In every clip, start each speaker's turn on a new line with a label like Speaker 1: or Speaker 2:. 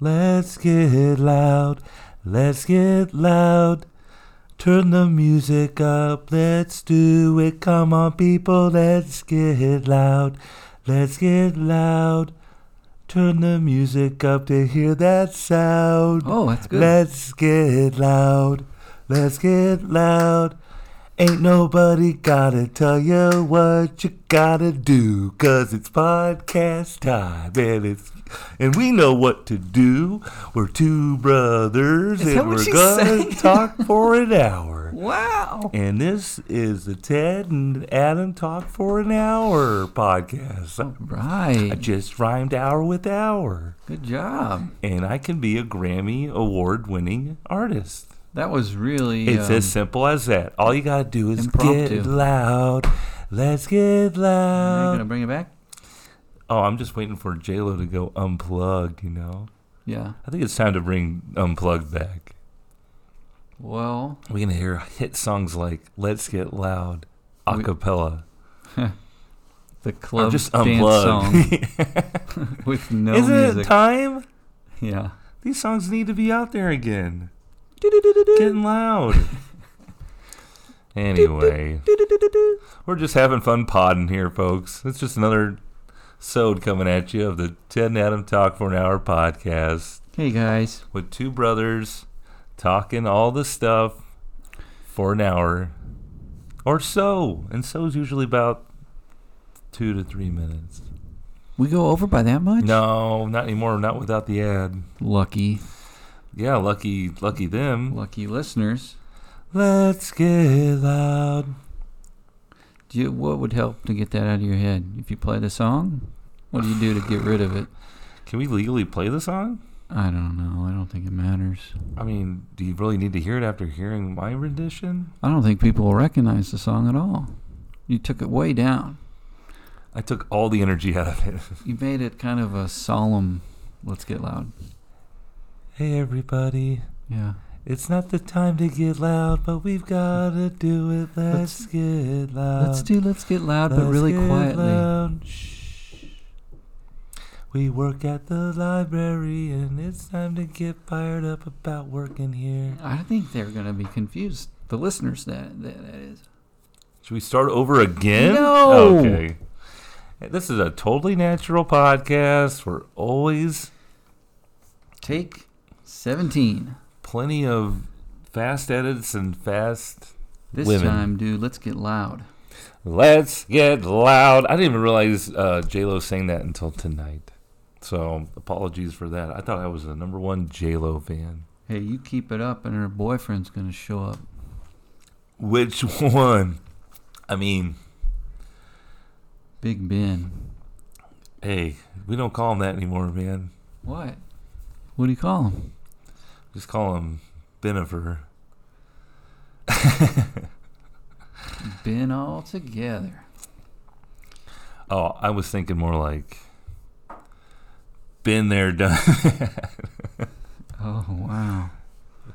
Speaker 1: Let's get loud. Let's get loud. Turn the music up. Let's do it. Come on, people. Let's get loud. Let's get loud. Turn the music up to hear that sound.
Speaker 2: Oh, that's good.
Speaker 1: Let's get loud. Let's get loud. Ain't nobody gotta tell you what you gotta do, cause it's podcast time, and it's and we know what to do. We're two brothers,
Speaker 2: Is that
Speaker 1: and
Speaker 2: what
Speaker 1: we're
Speaker 2: she
Speaker 1: gonna
Speaker 2: sang?
Speaker 1: talk for an hour.
Speaker 2: wow.
Speaker 1: And this is the Ted and Adam Talk for an Hour
Speaker 2: Oh,
Speaker 1: podcast. I
Speaker 2: Right.
Speaker 1: just rhymed hour with hour,
Speaker 2: Good job.
Speaker 1: and I can be a Grammy award-winning artist.
Speaker 2: That was really.
Speaker 1: It's
Speaker 2: um,
Speaker 1: as simple as that. All you gotta do is
Speaker 2: Impromptu.
Speaker 1: get loud. Let's get
Speaker 2: Are you
Speaker 1: loud.
Speaker 2: gonna bring it back?
Speaker 1: Oh, I'm just waiting for J Lo to go unplugged. You know,
Speaker 2: Yeah.
Speaker 1: I think it's time to bring unplugged back.
Speaker 2: Well,
Speaker 1: We're gonna hear hit songs like "Let's Get Loud" a
Speaker 2: We-
Speaker 1: cappella.
Speaker 2: the
Speaker 1: Or
Speaker 2: club
Speaker 1: just
Speaker 2: dance
Speaker 1: unplugged.
Speaker 2: song with no
Speaker 1: Isn't it
Speaker 2: music.
Speaker 1: time?
Speaker 2: yeah.
Speaker 1: These songs need to be out there again. Getting loud. Anyway, we're just having fun podding here, folks. It's just another sode coming at you of the Ted and Adam Talk for an Hour podcast
Speaker 2: Hey guys.
Speaker 1: with two brothers talking all the stuff for an hour or so. And so is usually about two to three minutes.
Speaker 2: We go over by that much?
Speaker 1: No, not anymore. Not without the ad.
Speaker 2: Lucky,
Speaker 1: Yeah, lucky, lucky them.
Speaker 2: lucky listeners.
Speaker 1: Let's get loud.
Speaker 2: Do you, what would help to get that out of your head? If you play the song, what do you do to get rid of it?
Speaker 1: Can we legally play the song?
Speaker 2: I don't know. I don't think it matters.
Speaker 1: I mean, do you really need to hear it after hearing my rendition?
Speaker 2: I don't think people will recognize the song at all. You took it way down.
Speaker 1: I took all the energy out of it.
Speaker 2: You made it kind of a solemn. Let's get loud.
Speaker 1: Hey, everybody.
Speaker 2: Yeah.
Speaker 1: It's not the time to get loud, but we've got to do it. Let's,
Speaker 2: Let's-
Speaker 1: get loud.
Speaker 2: Let's do let's get loud, but
Speaker 1: Let's
Speaker 2: really
Speaker 1: get
Speaker 2: quietly.
Speaker 1: loud. Shh. We work at the library, and it's time to get fired up about working here.
Speaker 2: I think they're gonna be confused. The listeners that that, that is.
Speaker 1: Should we start over again?
Speaker 2: No.
Speaker 1: Okay. This is a totally natural podcast. We're always
Speaker 2: Take seventeen.
Speaker 1: plenty of fast edits and fast.
Speaker 2: This
Speaker 1: Women.
Speaker 2: time, dude. Let's get loud.
Speaker 1: Let's get loud. I didn't even realize uh, J Lo sang that until tonight. So apologies for that. I thought I was the number one J Lo fan.
Speaker 2: Hey, you keep it up, and her boyfriend's gonna show up.
Speaker 1: Which one? I mean,
Speaker 2: Big Ben.
Speaker 1: hey, we don't call him that anymore, man.
Speaker 2: What? What do you call him?
Speaker 1: Just call him Benifer.
Speaker 2: Ben all together.
Speaker 1: Oh, I was thinking more like been there, done.
Speaker 2: Oh wow.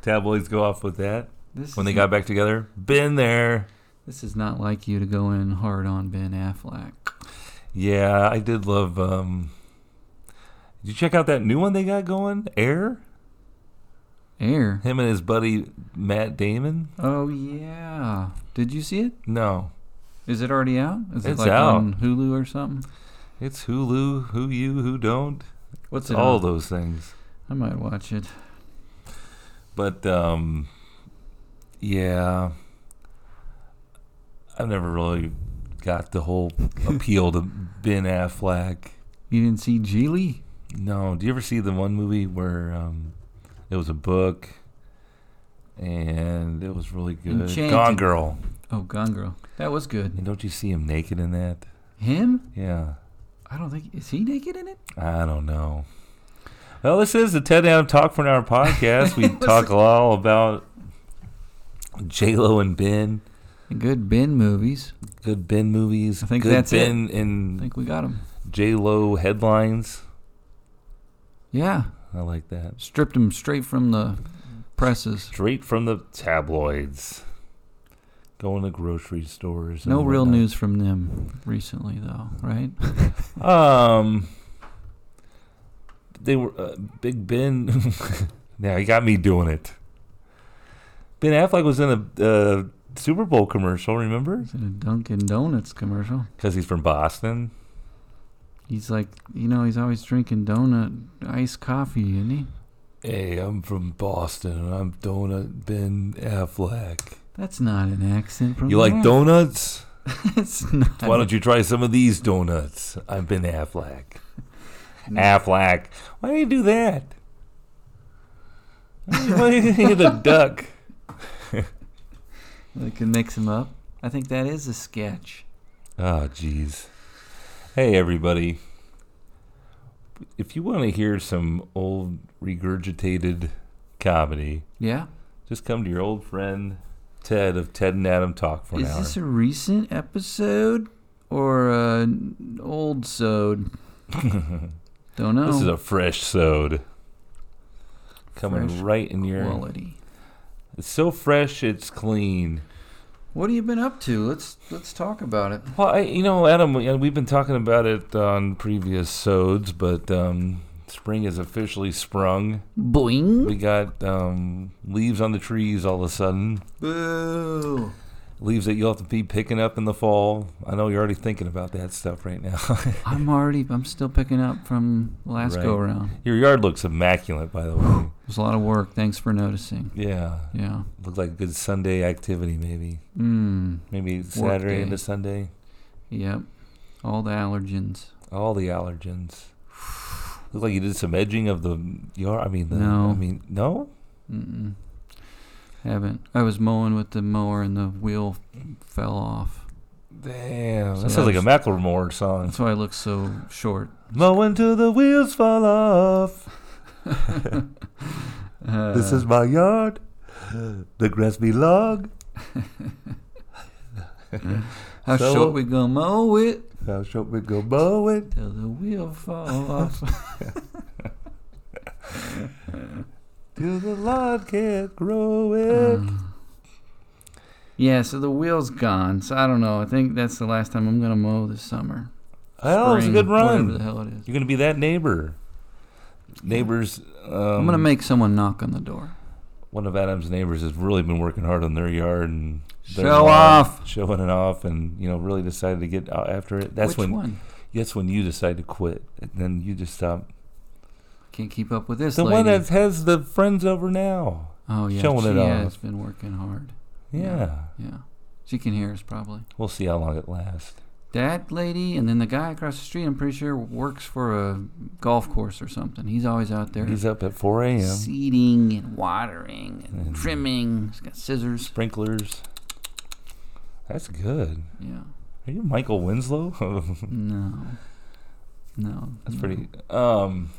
Speaker 1: Tabloids go off with that
Speaker 2: This
Speaker 1: when they
Speaker 2: is-
Speaker 1: got back together. Been there.
Speaker 2: This is not like you to go in hard on Ben Affleck.
Speaker 1: Yeah, I did love. um Did you check out that new one they got going? Air.
Speaker 2: Air.
Speaker 1: Him and his buddy Matt Damon.
Speaker 2: Oh yeah. Did you see it?
Speaker 1: No,
Speaker 2: Is it already out? Is it
Speaker 1: It's
Speaker 2: like
Speaker 1: out.
Speaker 2: on Hulu or something?
Speaker 1: it's Hulu. Who you? Who don't?
Speaker 2: What's
Speaker 1: It's
Speaker 2: it?
Speaker 1: all
Speaker 2: on?
Speaker 1: those things.
Speaker 2: I might watch it.
Speaker 1: But um yeah. I've never really got the whole appeal to Ben Affleck.
Speaker 2: You didn't see Geely?
Speaker 1: No, do you ever see the one movie where um it was a book and it was really good? Gone
Speaker 2: Enchanted.
Speaker 1: Girl.
Speaker 2: Oh, Gone Girl. That was
Speaker 1: And
Speaker 2: good.
Speaker 1: don't you see him naked in that?
Speaker 2: Him?
Speaker 1: Yeah.
Speaker 2: I don't think is he naked in it?
Speaker 1: I don't know. Well, this is the Ted and Adam Talk for an Hour podcast. We talk all about J Lo and Ben.
Speaker 2: Good Ben movies.
Speaker 1: good Ben movies.
Speaker 2: I think
Speaker 1: good
Speaker 2: that's it.
Speaker 1: Ben
Speaker 2: I
Speaker 1: and
Speaker 2: think we got him.
Speaker 1: J Lo headlines.
Speaker 2: Yeah.
Speaker 1: I like that.
Speaker 2: Stripped him straight from the presses.
Speaker 1: Straight from the tabloids. Going to grocery stores. and
Speaker 2: No real
Speaker 1: whatnot.
Speaker 2: news from them recently though, right?
Speaker 1: Um, they were uh, Big Ben. now he got me doing it. Ben Affleck was in a uh, Super Bowl commercial. Remember?
Speaker 2: It's in a Dunkin' Donuts commercial.
Speaker 1: Because he's from Boston.
Speaker 2: He's like, you know, he's always drinking donut iced coffee, isn't he?
Speaker 1: Hey, I'm from Boston, and I'm Donut Ben Affleck. Mm-hmm.
Speaker 2: That's not an accent from
Speaker 1: You like
Speaker 2: donuts?
Speaker 1: donuts?
Speaker 2: it's not.
Speaker 1: Why don't you try some of these donuts? I'm Ben Affleck.
Speaker 2: No.
Speaker 1: Affleck. Why do you do that? Why do you hit a duck?
Speaker 2: They can mix him up. I think that is a sketch.
Speaker 1: Oh, jeez. Hey, everybody. If you want to hear some old regurgitated comedy,
Speaker 2: Yeah.
Speaker 1: just come to your old friend Ted of Ted and Adam Talk for an
Speaker 2: is
Speaker 1: hour.
Speaker 2: this a recent episode or an old sode? don't know.
Speaker 1: This is a fresh sode coming
Speaker 2: Fresh
Speaker 1: right in your.
Speaker 2: quality.
Speaker 1: It's so fresh, it's clean.
Speaker 2: What have you been up to? Let's let's talk about it.
Speaker 1: Well, I, you know, Adam, we- we've been talking about it on previous sods, but um, spring has officially sprung.
Speaker 2: Boing.
Speaker 1: We got um, leaves on the trees all of a sudden.
Speaker 2: Boo.
Speaker 1: Leaves that you'll have to be picking up in the fall. I know you're already thinking about that stuff right now.
Speaker 2: I'm already. I'm still picking up from last
Speaker 1: Right.
Speaker 2: go round.
Speaker 1: Your yard looks immaculate, by the way.
Speaker 2: It was a lot of work. Thanks for noticing.
Speaker 1: Yeah,
Speaker 2: Yeah.
Speaker 1: looked like a good Sunday activity, maybe.
Speaker 2: Mm.
Speaker 1: Maybe Saturday
Speaker 2: day.
Speaker 1: into Sunday.
Speaker 2: Yep. All the allergens.
Speaker 1: All the allergens. Looked like you did some edging of the yard. I mean, the, I
Speaker 2: No.
Speaker 1: mean, no.
Speaker 2: Mm-mm. Haven't. I was mowing with the mower and the wheel fell off.
Speaker 1: Damn,
Speaker 2: So
Speaker 1: that sounds like a
Speaker 2: that's-
Speaker 1: Macklemore song.
Speaker 2: That's why I look so short.
Speaker 1: Mowing till the wheels fall off.
Speaker 2: Uh,
Speaker 1: this is my yard. The grass be long.
Speaker 2: how
Speaker 1: so-
Speaker 2: short we gonna mow it
Speaker 1: Thou shalt we go mowing.
Speaker 2: till the wheel fall off.
Speaker 1: Till the lawn can't grow it.
Speaker 2: Uh, yeah, so the wheel's gone. So I don't know. I think that's the last time I'm gonna mow this summer.
Speaker 1: Hell, it was a
Speaker 2: Uh, Spring,
Speaker 1: good
Speaker 2: Whatever
Speaker 1: run.
Speaker 2: the hell it is.
Speaker 1: You're gonna be that neighbor. Neighbors. Um,
Speaker 2: I'm gonna make someone knock on the door.
Speaker 1: one of Adam's neighbors has really been working hard on their yard and their
Speaker 2: Show
Speaker 1: lawn,
Speaker 2: off.
Speaker 1: showing it off, and you know really decided to get out after it. That's
Speaker 2: Which
Speaker 1: when
Speaker 2: one?
Speaker 1: that's when you decide to quit, and then you just stop.
Speaker 2: Can't keep up with this
Speaker 1: the
Speaker 2: lady.
Speaker 1: one that has the friends over now.
Speaker 2: oh yeah,
Speaker 1: showing
Speaker 2: she
Speaker 1: it off.
Speaker 2: has been working hard.
Speaker 1: Yeah.
Speaker 2: Yeah. Yeah, she can hear us probably.
Speaker 1: we'll see how long it lasts.
Speaker 2: That lady, and then the guy across the street. I'm pretty sure works for a golf course or something. He's always out there.
Speaker 1: He's up at 4 a.m.
Speaker 2: seeding and watering and
Speaker 1: And-
Speaker 2: trimming. He's got scissors.
Speaker 1: Sprinklers. That's good.
Speaker 2: Yeah.
Speaker 1: Are you Michael Winslow?
Speaker 2: No. No.
Speaker 1: That's
Speaker 2: no.
Speaker 1: pretty. Um,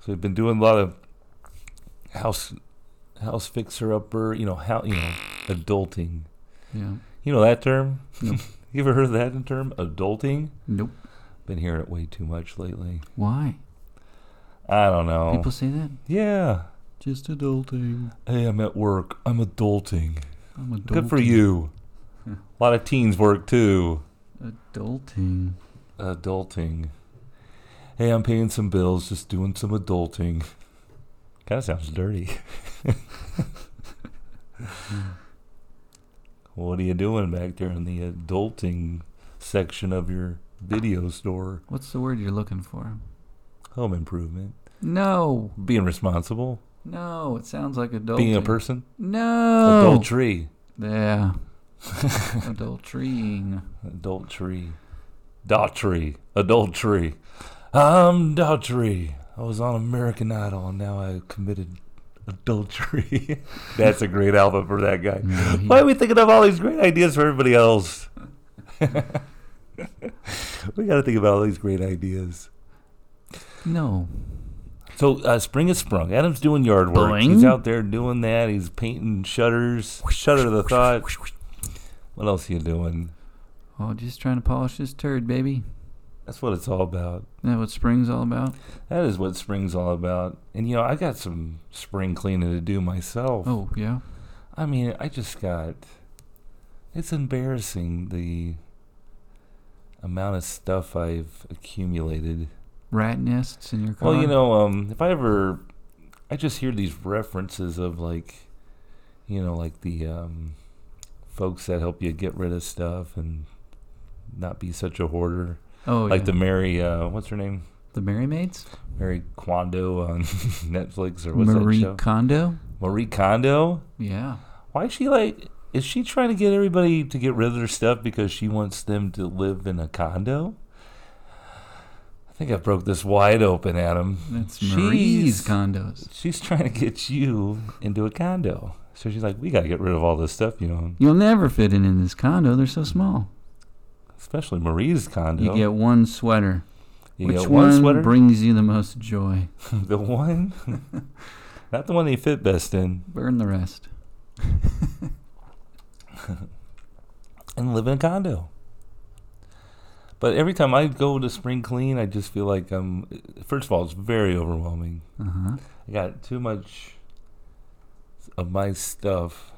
Speaker 1: so we've been doing a lot of house house fixer upper. You know how you know adulting.
Speaker 2: Yeah.
Speaker 1: You know that term.
Speaker 2: Nope.
Speaker 1: you ever heard of that term adulting?
Speaker 2: Nope.
Speaker 1: Been hearing it way too much lately.
Speaker 2: Why?
Speaker 1: I don't know.
Speaker 2: People say that.
Speaker 1: yeah.
Speaker 2: Just adulting.
Speaker 1: Hey, I'm at work. I'm adulting.
Speaker 2: I'm adulting.
Speaker 1: Good for you.
Speaker 2: Hmm.
Speaker 1: A lot of teens work too.
Speaker 2: Adulting.
Speaker 1: Adulting. Hey, I'm paying some bills, just doing some adulting. Kind of sounds dirty. what are you doing back there in the adulting section of your video store?
Speaker 2: What's the word you're looking for?
Speaker 1: Home improvement.
Speaker 2: No.
Speaker 1: Being responsible.
Speaker 2: No. It sounds like adulting. Oh.
Speaker 1: Being a person.
Speaker 2: No.
Speaker 1: Adultery.
Speaker 2: Yeah. Adultrying.
Speaker 1: Adultery. Daughtry. Adultery. I'm Daughtry. I was on American Idol and now I committed adultery. That's a great album for that guy.
Speaker 2: No, he-
Speaker 1: Why are we thinking of all these great ideas for everybody else? we got to think about all these great ideas.
Speaker 2: no.
Speaker 1: So uh, spring has sprung. Adam's doing yard work.
Speaker 2: Boing.
Speaker 1: He's out there doing that. He's painting shutters. Shutter of the thought. What else are you doing?
Speaker 2: Oh, just trying to polish this turd, baby.
Speaker 1: That's what it's all about.
Speaker 2: Isn't that what spring's all about?
Speaker 1: That is what spring's all about. And you know, I got some spring cleaning to do myself.
Speaker 2: Oh, yeah.
Speaker 1: I mean, I just got it's embarrassing the amount of stuff I've accumulated
Speaker 2: rat nests in your car?
Speaker 1: Well, you know, um, if I ever, I just hear these references of like, you know, like the um, folks that help you get rid of stuff and not be such a hoarder.
Speaker 2: oh,
Speaker 1: like
Speaker 2: yeah.
Speaker 1: the Mary, uh, what's her name?
Speaker 2: the Merry Maids,
Speaker 1: Mary Kondo on Netflix or what's
Speaker 2: Marie
Speaker 1: that show?
Speaker 2: Kondo.
Speaker 1: Marie Kondo.
Speaker 2: Yeah,
Speaker 1: Why is she like? Is she trying to get everybody to get rid of their stuff because she wants them to live in a condo? I think I broke this wide open, Adam.
Speaker 2: that's
Speaker 1: She's-
Speaker 2: Marie's condos.
Speaker 1: She's trying to get you into a condo. So she's like, we got to get rid of all this stuff, you know,
Speaker 2: You'll never fit in in this condo. They're so small.
Speaker 1: especially Marie's condo.
Speaker 2: You get one sweater.
Speaker 1: You
Speaker 2: Which
Speaker 1: get
Speaker 2: one
Speaker 1: sweater?
Speaker 2: brings you the most joy?
Speaker 1: the one? Not the one they fit best in.
Speaker 2: Burn the rest.
Speaker 1: and live in a condo. But every time I go to spring clean, I just feel like I'm. First of all, it's very overwhelming.
Speaker 2: Uh huh.
Speaker 1: I got too much of my stuff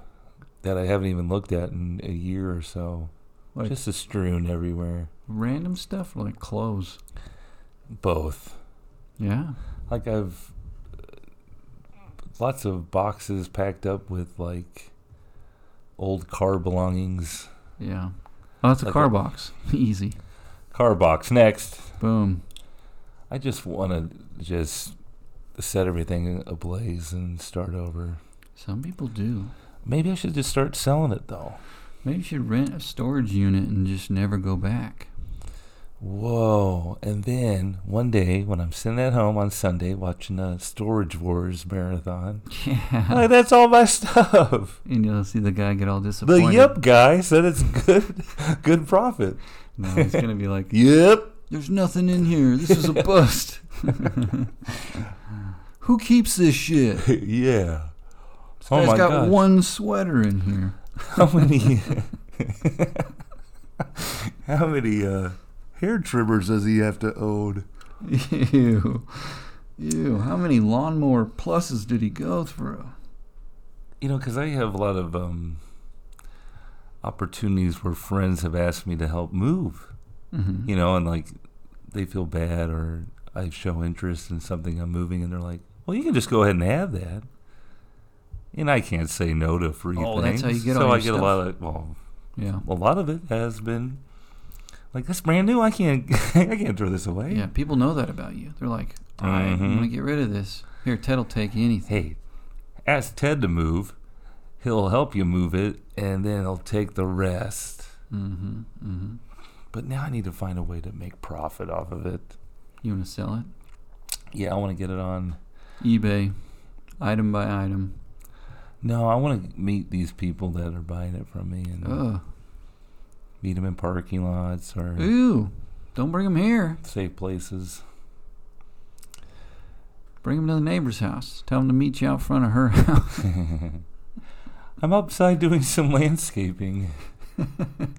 Speaker 1: that I haven't even looked at in a year or so.
Speaker 2: Like-
Speaker 1: just a strewn everywhere.
Speaker 2: Random stuff like clothes.
Speaker 1: Both.
Speaker 2: Yeah.
Speaker 1: Like I've uh, lots of boxes packed up with like old car belongings.
Speaker 2: Yeah. Oh, that's a
Speaker 1: Like
Speaker 2: car
Speaker 1: a-
Speaker 2: box. Easy.
Speaker 1: Car box next.
Speaker 2: Boom.
Speaker 1: I just want to just set everything ablaze and start over.
Speaker 2: Some people do.
Speaker 1: Maybe I should just start selling it though.
Speaker 2: Maybe you should rent a storage unit and just never go back.
Speaker 1: Whoa. And then one day when I'm sitting at home on Sunday watching a Storage Wars marathon,
Speaker 2: Yeah.
Speaker 1: like, that's all my stuff.
Speaker 2: and you'll see the guy get all
Speaker 1: The
Speaker 2: disappointed.
Speaker 1: yep guy said it's good good profit.
Speaker 2: No, he's going to be like,
Speaker 1: Yep.
Speaker 2: there's nothing in here. This is a bust. Who keeps this shit?
Speaker 1: yeah.
Speaker 2: This
Speaker 1: Oh
Speaker 2: guy's
Speaker 1: my
Speaker 2: got
Speaker 1: gosh.
Speaker 2: one sweater in here.
Speaker 1: How many How many uh hair trimmers does he have to own?
Speaker 2: Ew. Ew. How many lawnmower pluses did he go through?
Speaker 1: You know, 'cause I have a lot of um, opportunities where friends have asked me to help move,
Speaker 2: Mm-hmm.
Speaker 1: you know, and like they feel bad or I show interest in something I'm moving and they're like, well, you can just go ahead and have that. And I can't say no to free
Speaker 2: Oh,
Speaker 1: things.
Speaker 2: that's how you get
Speaker 1: so
Speaker 2: all
Speaker 1: I get
Speaker 2: your
Speaker 1: a lot of well,
Speaker 2: Yeah.
Speaker 1: a lot of it has been like that's brand new. I can't I can't throw this away.
Speaker 2: Yeah, people know that about you. They're like, all right, I'm
Speaker 1: Mhm.
Speaker 2: going to get rid of this. Here, Ted'll take anything.
Speaker 1: Hey, ask Ted to move. He'll help you move it, and then he'll take the rest.
Speaker 2: Mm-hmm. Mm-hmm.
Speaker 1: But now I need to find a way to make profit off of it.
Speaker 2: You want to sell it?
Speaker 1: Yeah, I want to get it on.
Speaker 2: eBay, item by item.
Speaker 1: No, I want to meet these people that are buying it from me and meet 'em
Speaker 2: Ugh.
Speaker 1: meet them in parking lots or
Speaker 2: Ooh. Don't bring them here.
Speaker 1: safe places.
Speaker 2: Bring them to the neighbor's house. Tell them to meet you out front of her house.
Speaker 1: I'm outside doing some landscaping.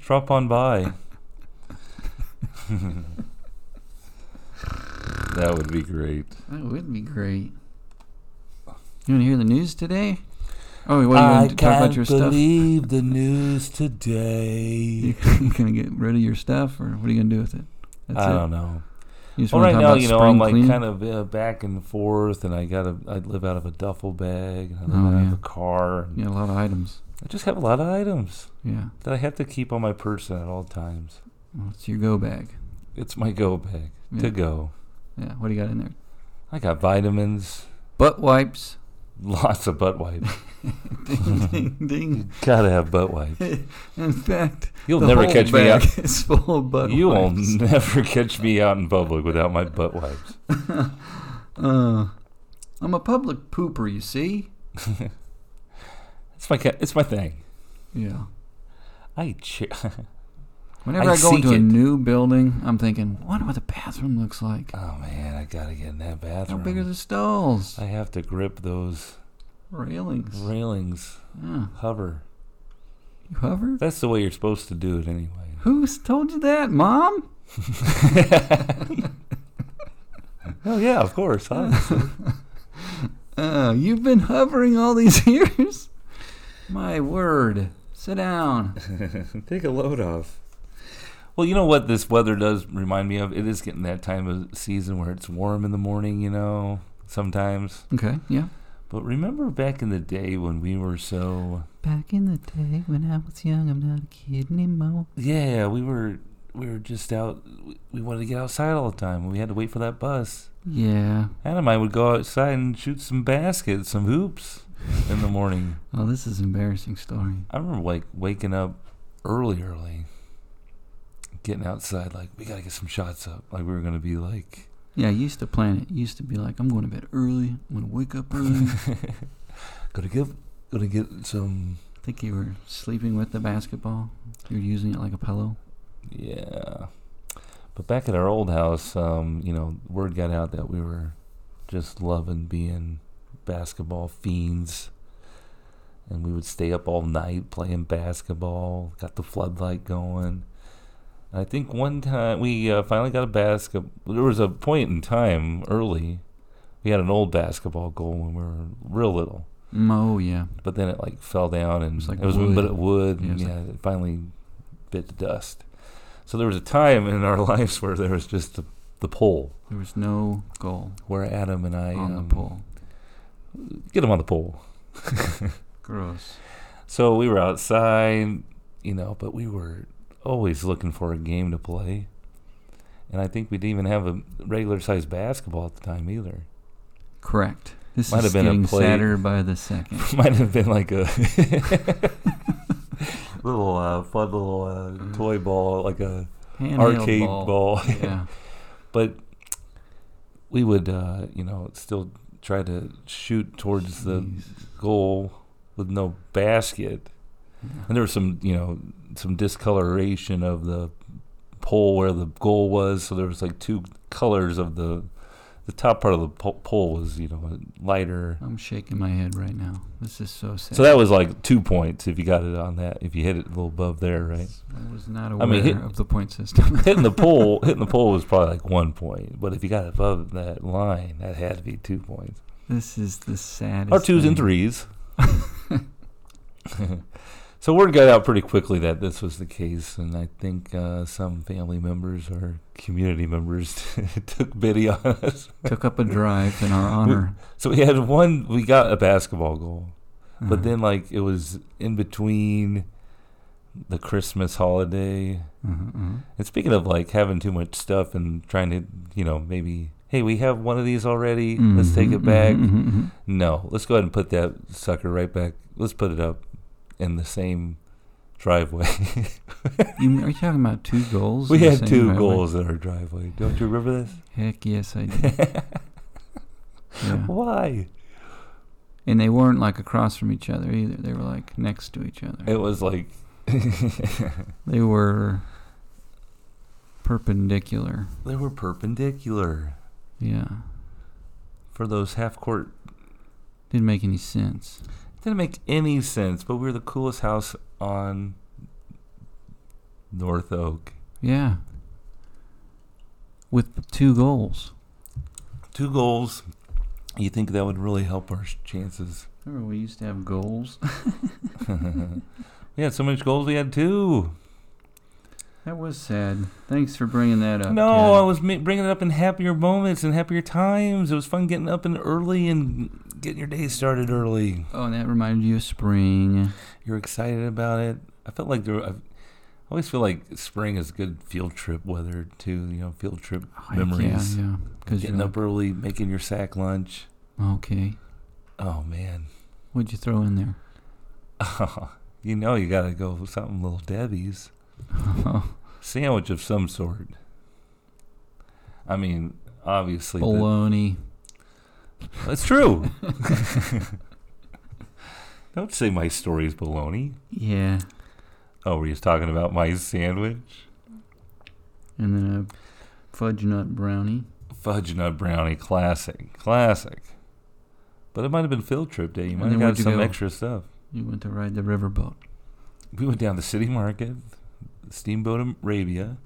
Speaker 1: Drop on by. that would be great.
Speaker 2: That would be great. You want to hear the news today? Oh, what, you
Speaker 1: I
Speaker 2: want to
Speaker 1: can't
Speaker 2: talk about your stuff?
Speaker 1: believe the news today.
Speaker 2: You going to get rid of your stuff, or what are you going to do with it? That's
Speaker 1: I
Speaker 2: it.
Speaker 1: don't know.
Speaker 2: You just
Speaker 1: Well,
Speaker 2: want
Speaker 1: right
Speaker 2: to talk
Speaker 1: now,
Speaker 2: about
Speaker 1: you know,
Speaker 2: spring
Speaker 1: I'm like
Speaker 2: cleaning?
Speaker 1: kind of uh, back and forth, and I gotta, I live out of a duffel bag, and I live
Speaker 2: Oh,
Speaker 1: out
Speaker 2: yeah.
Speaker 1: of a car. and
Speaker 2: Yeah, a lot of items.
Speaker 1: I just have a lot of items
Speaker 2: Yeah.
Speaker 1: that I have to keep on my person at all times.
Speaker 2: Well, it's your go bag.
Speaker 1: It's my go bag
Speaker 2: Yeah.
Speaker 1: to go.
Speaker 2: Yeah. What do you got in there?
Speaker 1: I got vitamins,
Speaker 2: Butt wipes.
Speaker 1: lots of butt wipes.
Speaker 2: ding, ding,
Speaker 1: gotta have butt wipes.
Speaker 2: ding. in fact,
Speaker 1: You'll
Speaker 2: the
Speaker 1: never
Speaker 2: whole
Speaker 1: catch me
Speaker 2: bag
Speaker 1: out.
Speaker 2: is full of butt
Speaker 1: You will
Speaker 2: wipes.
Speaker 1: never catch me out in public without my butt wipes.
Speaker 2: uh, I'm a public pooper, you see?
Speaker 1: It's my, ca- it's my thing.
Speaker 2: Yeah.
Speaker 1: I che-
Speaker 2: Whenever I,
Speaker 1: I
Speaker 2: go into
Speaker 1: seek
Speaker 2: a
Speaker 1: it.
Speaker 2: new building, I'm thinking, wonder what the bathroom looks like.
Speaker 1: Oh man, I gotta get in that
Speaker 2: How
Speaker 1: bathroom.
Speaker 2: big are the stalls?
Speaker 1: I have to grip those
Speaker 2: Railings.
Speaker 1: railings.
Speaker 2: Yeah.
Speaker 1: Hover.
Speaker 2: You hover?
Speaker 1: That's the way you're supposed to do it anyway.
Speaker 2: Who's told you that, Mom?
Speaker 1: Oh yeah, of course. obviously.
Speaker 2: Uh, you've been hovering all these years? My word. Sit down.
Speaker 1: Take a load off. Well, you know what this weather does remind me of? It is getting that time of season where it's warm in the morning, you know, sometimes.
Speaker 2: Okay, yeah.
Speaker 1: But remember back in the day when we were so
Speaker 2: Back in the day when I was young, I'm not a kid anymore.
Speaker 1: yeah, we were we were just out we- we wanted to get outside all the time. We had to wait for that bus.
Speaker 2: Yeah.
Speaker 1: Adam and I would go outside and shoot some baskets, some hoops in the morning.
Speaker 2: Oh, this is an embarrassing story.
Speaker 1: I remember like waking up early, early, getting outside. Like we gotta get some shots up. Like we were gonna be like,
Speaker 2: Yeah, I used to plan it. Used to be like, I'm going to bed early. I'm going to wake up early. I
Speaker 1: gonna get, gonna get some.
Speaker 2: think you were sleeping with the basketball. You were using it like a pillow.
Speaker 1: Yeah. But back at our old house, um, you know, word got out that we were just loving being basketball fiends. And we would stay up all night playing basketball, got the floodlight going. I think one time we uh, finally got a basket. There was a point in time early. We had an old basketball goal when we were real little,
Speaker 2: Mm, Oh, yeah.
Speaker 1: but then it like fell down and
Speaker 2: was like
Speaker 1: it was
Speaker 2: wood.
Speaker 1: but it would
Speaker 2: Yeah, it
Speaker 1: and
Speaker 2: was
Speaker 1: yeah,
Speaker 2: like-
Speaker 1: it finally bit the dust. So there was a time in our lives where there was just the, the pole
Speaker 2: There was no goal
Speaker 1: where Adam and I
Speaker 2: on the
Speaker 1: um,
Speaker 2: pole.
Speaker 1: get him on the pole.
Speaker 2: Gross.
Speaker 1: So we were outside, you know, but we were always looking for a game to play. And I think we didn't even have a regular sized basketball at the time either.
Speaker 2: Correct. This
Speaker 1: Might
Speaker 2: is
Speaker 1: have been a
Speaker 2: getting
Speaker 1: play-
Speaker 2: sadder by the second.
Speaker 1: Might have been like a little uh, fun little uh, toy ball, like a
Speaker 2: Handheld
Speaker 1: arcade ball.
Speaker 2: Yeah.
Speaker 1: but we would uh, you know still try to shoot towards the
Speaker 2: Jeez.
Speaker 1: goal with no basket
Speaker 2: Yeah.
Speaker 1: and there was some you know some discoloration of the pole where the goal was so there was like two colors of the the top part of the po- pole was you know lighter
Speaker 2: I'm shaking my head right now. This is so sad.
Speaker 1: so that was like two points if you got it on that if you hit it a little above there right
Speaker 2: I was not aware
Speaker 1: mean, hit-
Speaker 2: of the point system.
Speaker 1: hitting the pole hitting the pole was probably like one point but if you got above that line that had to be two points
Speaker 2: this is the saddest.
Speaker 1: Our twos and
Speaker 2: thing.
Speaker 1: threes. so word got out pretty quickly that this was the case, and I think uh, some family members or community members took pity on us.
Speaker 2: Took up a drive in our honor.
Speaker 1: So we had one. We got a basketball goal,
Speaker 2: Uh,
Speaker 1: but then like it was in between the Christmas holiday.
Speaker 2: uh-huh, uh-huh.
Speaker 1: And speaking of like having too much stuff and trying to, you know, maybe hey, we have one of these already. Let's take it
Speaker 2: Mhm,
Speaker 1: back.
Speaker 2: mhm, mhm,
Speaker 1: No, let's go ahead and put that sucker right back. Let's put it up in the same driveway.
Speaker 2: mhm. you, are you talking about two goals?
Speaker 1: we
Speaker 2: in the
Speaker 1: had
Speaker 2: same
Speaker 1: two
Speaker 2: driveway?
Speaker 1: goals in our driveway. Don't you remember this?
Speaker 2: Heck yes, I did. Yeah.
Speaker 1: Why?
Speaker 2: And they weren't like across from each other either. They were like next to each other.
Speaker 1: It was like,
Speaker 2: They were perpendicular.
Speaker 1: they were perpendicular
Speaker 2: Yeah.
Speaker 1: for those half court.
Speaker 2: Didn't make any sense.
Speaker 1: Didn't make any sense, but we were the coolest house on North Oak.
Speaker 2: Yeah. With two goals.
Speaker 1: Two goals. You think that would really help our sh- chances?
Speaker 2: Remember, we used to have goals.
Speaker 1: we had so much goals. We had two.
Speaker 2: That was sad. Thanks for bringing that up.
Speaker 1: No,
Speaker 2: Ted.
Speaker 1: I was ma- bringing it up in happier moments and happier times. It was fun getting up and early and getting your day started early.
Speaker 2: Oh, and that reminded you of spring.
Speaker 1: You're excited about it. I felt like there. I always feel like spring is good field trip weather too. You know, field trip memories.
Speaker 2: Yeah, yeah. Because
Speaker 1: Getting up early, making your sack lunch.
Speaker 2: Okay.
Speaker 1: Oh man,
Speaker 2: What'd you throw in there?
Speaker 1: you know you got to go with something little Debbie's sandwich of some sort. I mean, obviously, the-
Speaker 2: Bologna.
Speaker 1: That's true. Don't say my story's baloney.
Speaker 2: Yeah.
Speaker 1: Oh, were you talking about my sandwich?
Speaker 2: And then a fudge nut brownie.
Speaker 1: Fudge nut brownie, classic, classic. But it might have been field trip day. You
Speaker 2: And
Speaker 1: might have
Speaker 2: then
Speaker 1: got
Speaker 2: where'd you
Speaker 1: some
Speaker 2: go?
Speaker 1: extra stuff.
Speaker 2: You went to ride the riverboat.
Speaker 1: We went down to City Market, Steamboat Arabia.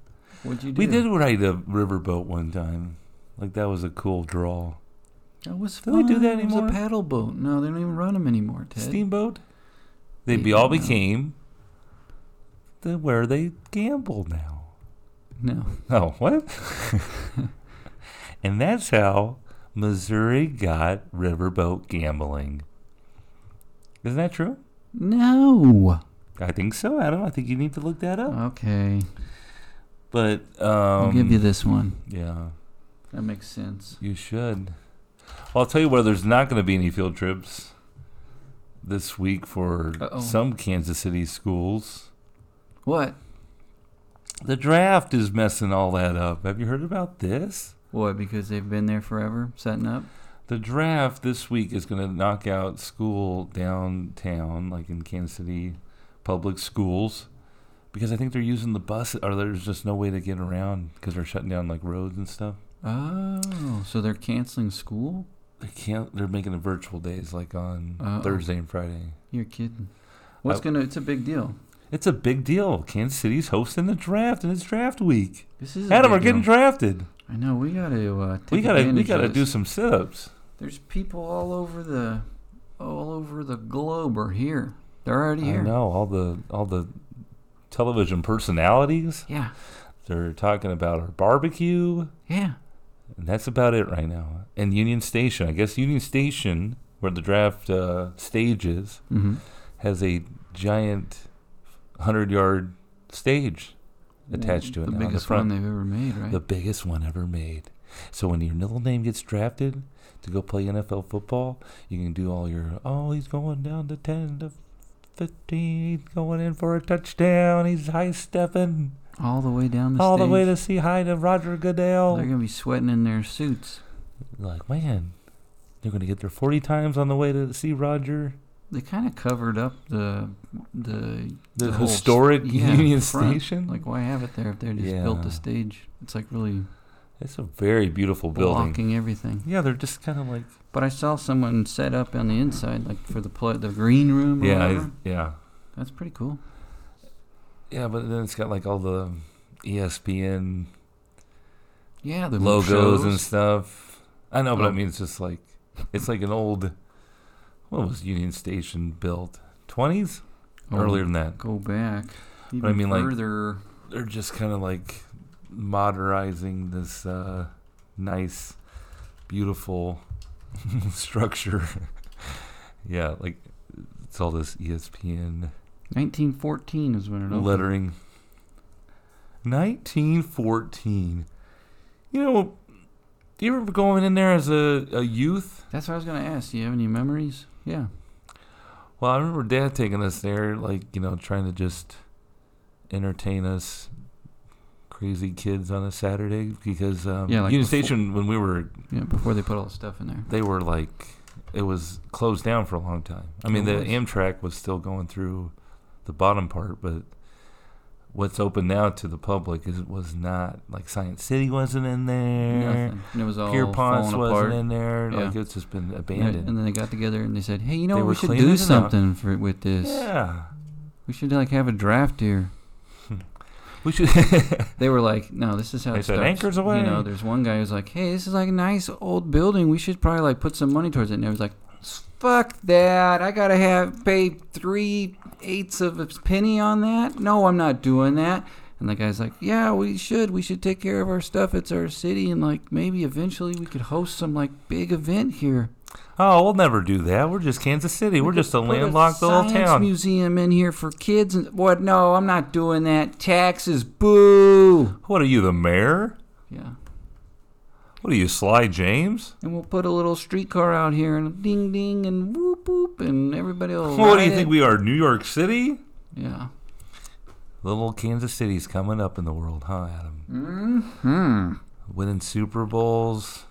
Speaker 2: What'd you do?
Speaker 1: We did ride a riverboat one time. Like that was a cool draw.
Speaker 2: That was
Speaker 1: Do
Speaker 2: fun.
Speaker 1: they do that
Speaker 2: It
Speaker 1: anymore?
Speaker 2: was a paddle boat. No, they don't even run them anymore, Ted.
Speaker 1: Steamboat. They
Speaker 2: They
Speaker 1: be all
Speaker 2: do now.
Speaker 1: became the where they gamble now.
Speaker 2: No.
Speaker 1: Oh, what? and that's how Missouri got riverboat gambling. Isn't that true?
Speaker 2: No.
Speaker 1: I think so, Adam. I think you need to look that up.
Speaker 2: Okay.
Speaker 1: But um,
Speaker 2: I'll give you this one.
Speaker 1: Yeah,
Speaker 2: That makes sense.
Speaker 1: you should. Well, I'll tell you where there's not going to be any field trips this week for
Speaker 2: Uh-oh.
Speaker 1: some Kansas City schools.
Speaker 2: What?
Speaker 1: The draft is messing all that up. Have you heard about this?
Speaker 2: What? Because they've been there forever setting up?
Speaker 1: The draft this week is going to knock out school downtown, like in Kansas City public schools, because I think they're using the bus, or there's just no way to get around because they're shutting down like roads and stuff.
Speaker 2: Oh, so they're canceling school?
Speaker 1: They can't. They're making the virtual days like on
Speaker 2: Uh-oh.
Speaker 1: Thursday and Friday.
Speaker 2: You're kidding. What's
Speaker 1: I-
Speaker 2: gonna? It's a big deal.
Speaker 1: It's a big deal. Kansas City's hosting the draft, and it's draft week.
Speaker 2: This is a
Speaker 1: Adam,
Speaker 2: big
Speaker 1: we're getting
Speaker 2: deal.
Speaker 1: drafted.
Speaker 2: I know we gotta. Uh, take
Speaker 1: we gotta, we
Speaker 2: advantage of
Speaker 1: gotta do
Speaker 2: this.
Speaker 1: some sit-ups.
Speaker 2: There's people all over the, all over the globe are here. They're already
Speaker 1: I
Speaker 2: here.
Speaker 1: know all the all the television personalities.
Speaker 2: Yeah,
Speaker 1: They're talking about our barbecue.
Speaker 2: yeah.
Speaker 1: And that's about it right now. And Union Station, I guess Union Station, where the draft uh, stage is,
Speaker 2: Mm-hmm.
Speaker 1: has a giant 100 yard stage attached to it.
Speaker 2: The
Speaker 1: now on
Speaker 2: biggest
Speaker 1: the front.
Speaker 2: one they've ever made, right?
Speaker 1: the biggest one ever made. So when your little name gets drafted to go play NFL football, you can do all your, oh, he's going down to 10 to 15, he's going in for a touchdown, he's high stepping
Speaker 2: all the way down the
Speaker 1: all the
Speaker 2: stage.
Speaker 1: way to see hi to Roger Goodell.
Speaker 2: They're gonna be sweating in their suits.
Speaker 1: like man they're going to get there 40 times on the way to see roger
Speaker 2: They kind of covered up the the
Speaker 1: the,
Speaker 2: whole s-
Speaker 1: historic
Speaker 2: yeah,
Speaker 1: union
Speaker 2: front.
Speaker 1: station
Speaker 2: Like, why have it there if they just built
Speaker 1: Yeah.
Speaker 2: the stage? It's like really
Speaker 1: it's a very beautiful building
Speaker 2: blocking everything.
Speaker 1: yeah they're just kind of like
Speaker 2: But I saw someone set up on the inside, like for the pl- the green room. Or
Speaker 1: yeah
Speaker 2: whatever.
Speaker 1: I- yeah
Speaker 2: that's pretty cool.
Speaker 1: yeah but then it's got like all the E espn
Speaker 2: Yeah, the
Speaker 1: logos
Speaker 2: shows.
Speaker 1: and stuff i know but i
Speaker 2: Oh.
Speaker 1: mean it's just like it's like an old what was union station built 20s
Speaker 2: Oh,
Speaker 1: earlier than that
Speaker 2: Go back. Even
Speaker 1: I mean, like-
Speaker 2: further.
Speaker 1: they're just kind of like modernizing this uh, nice, beautiful structure. yeah, like it's all this E ESPN
Speaker 2: 1914 is when it opened.
Speaker 1: lettering. 1914. You know, do you remember going in there as a, a youth?
Speaker 2: That's what I was gonna ask. Do you have any memories? Yeah.
Speaker 1: Well, I remember Dad taking us there, like you know, trying to just entertain us crazy kids on a Saturday because um,
Speaker 2: Yeah, like
Speaker 1: Union
Speaker 2: befo-
Speaker 1: Station when we were
Speaker 2: Yeah. Before they put all the stuff in there.
Speaker 1: they were like it was closed down for a long time. I mean,
Speaker 2: It
Speaker 1: the
Speaker 2: was.
Speaker 1: Amtrak was still going through the bottom part, but what's open now to the public is was not like Science City wasn't in there.
Speaker 2: Nothing. And it was all
Speaker 1: Pierpont's
Speaker 2: falling
Speaker 1: Eh. wasn't
Speaker 2: apart.
Speaker 1: in there.
Speaker 2: Yeah.
Speaker 1: Like it's just been
Speaker 2: And they-
Speaker 1: abandoned.
Speaker 2: And then they got together and they said, "Hey, you know
Speaker 1: They
Speaker 2: what?
Speaker 1: were
Speaker 2: We should
Speaker 1: cleaning it
Speaker 2: do
Speaker 1: up.
Speaker 2: something for with this.
Speaker 1: Yeah,
Speaker 2: We should like have a draft here."
Speaker 1: we should.
Speaker 2: They were like, "No, this is how
Speaker 1: They
Speaker 2: it
Speaker 1: said,
Speaker 2: starts."
Speaker 1: "Anchors
Speaker 2: You know,
Speaker 1: away."
Speaker 2: there's one guy who's like, "Hey, this is like a nice old building. We should probably like put some money towards it." And everyone's like, "Fuck that! I gotta have pay three eighths of a penny on that. No, I'm not doing that." And the guy's like, "Yeah, we should. We should take care of our stuff. It's our city, and like maybe eventually we could host some like big event here.
Speaker 1: oh, we'll never do that. We're just Kansas City. We are
Speaker 2: could
Speaker 1: just a
Speaker 2: put
Speaker 1: landlocked little
Speaker 2: science
Speaker 1: town.
Speaker 2: museum in here for kids. And what? No, I'm not doing that. Taxes, boo.
Speaker 1: What are you, the mayor?
Speaker 2: Yeah."
Speaker 1: What are you, Sly James?
Speaker 2: And we'll put a little streetcar out here and ding ding and whoop whoop and everybody
Speaker 1: What
Speaker 2: will.
Speaker 1: do
Speaker 2: ride
Speaker 1: you
Speaker 2: it.
Speaker 1: think we are, New York City?
Speaker 2: Yeah.
Speaker 1: Little Kansas City's coming up in the world, huh, Adam?
Speaker 2: Mm-hmm.
Speaker 1: Winning Super Bowls,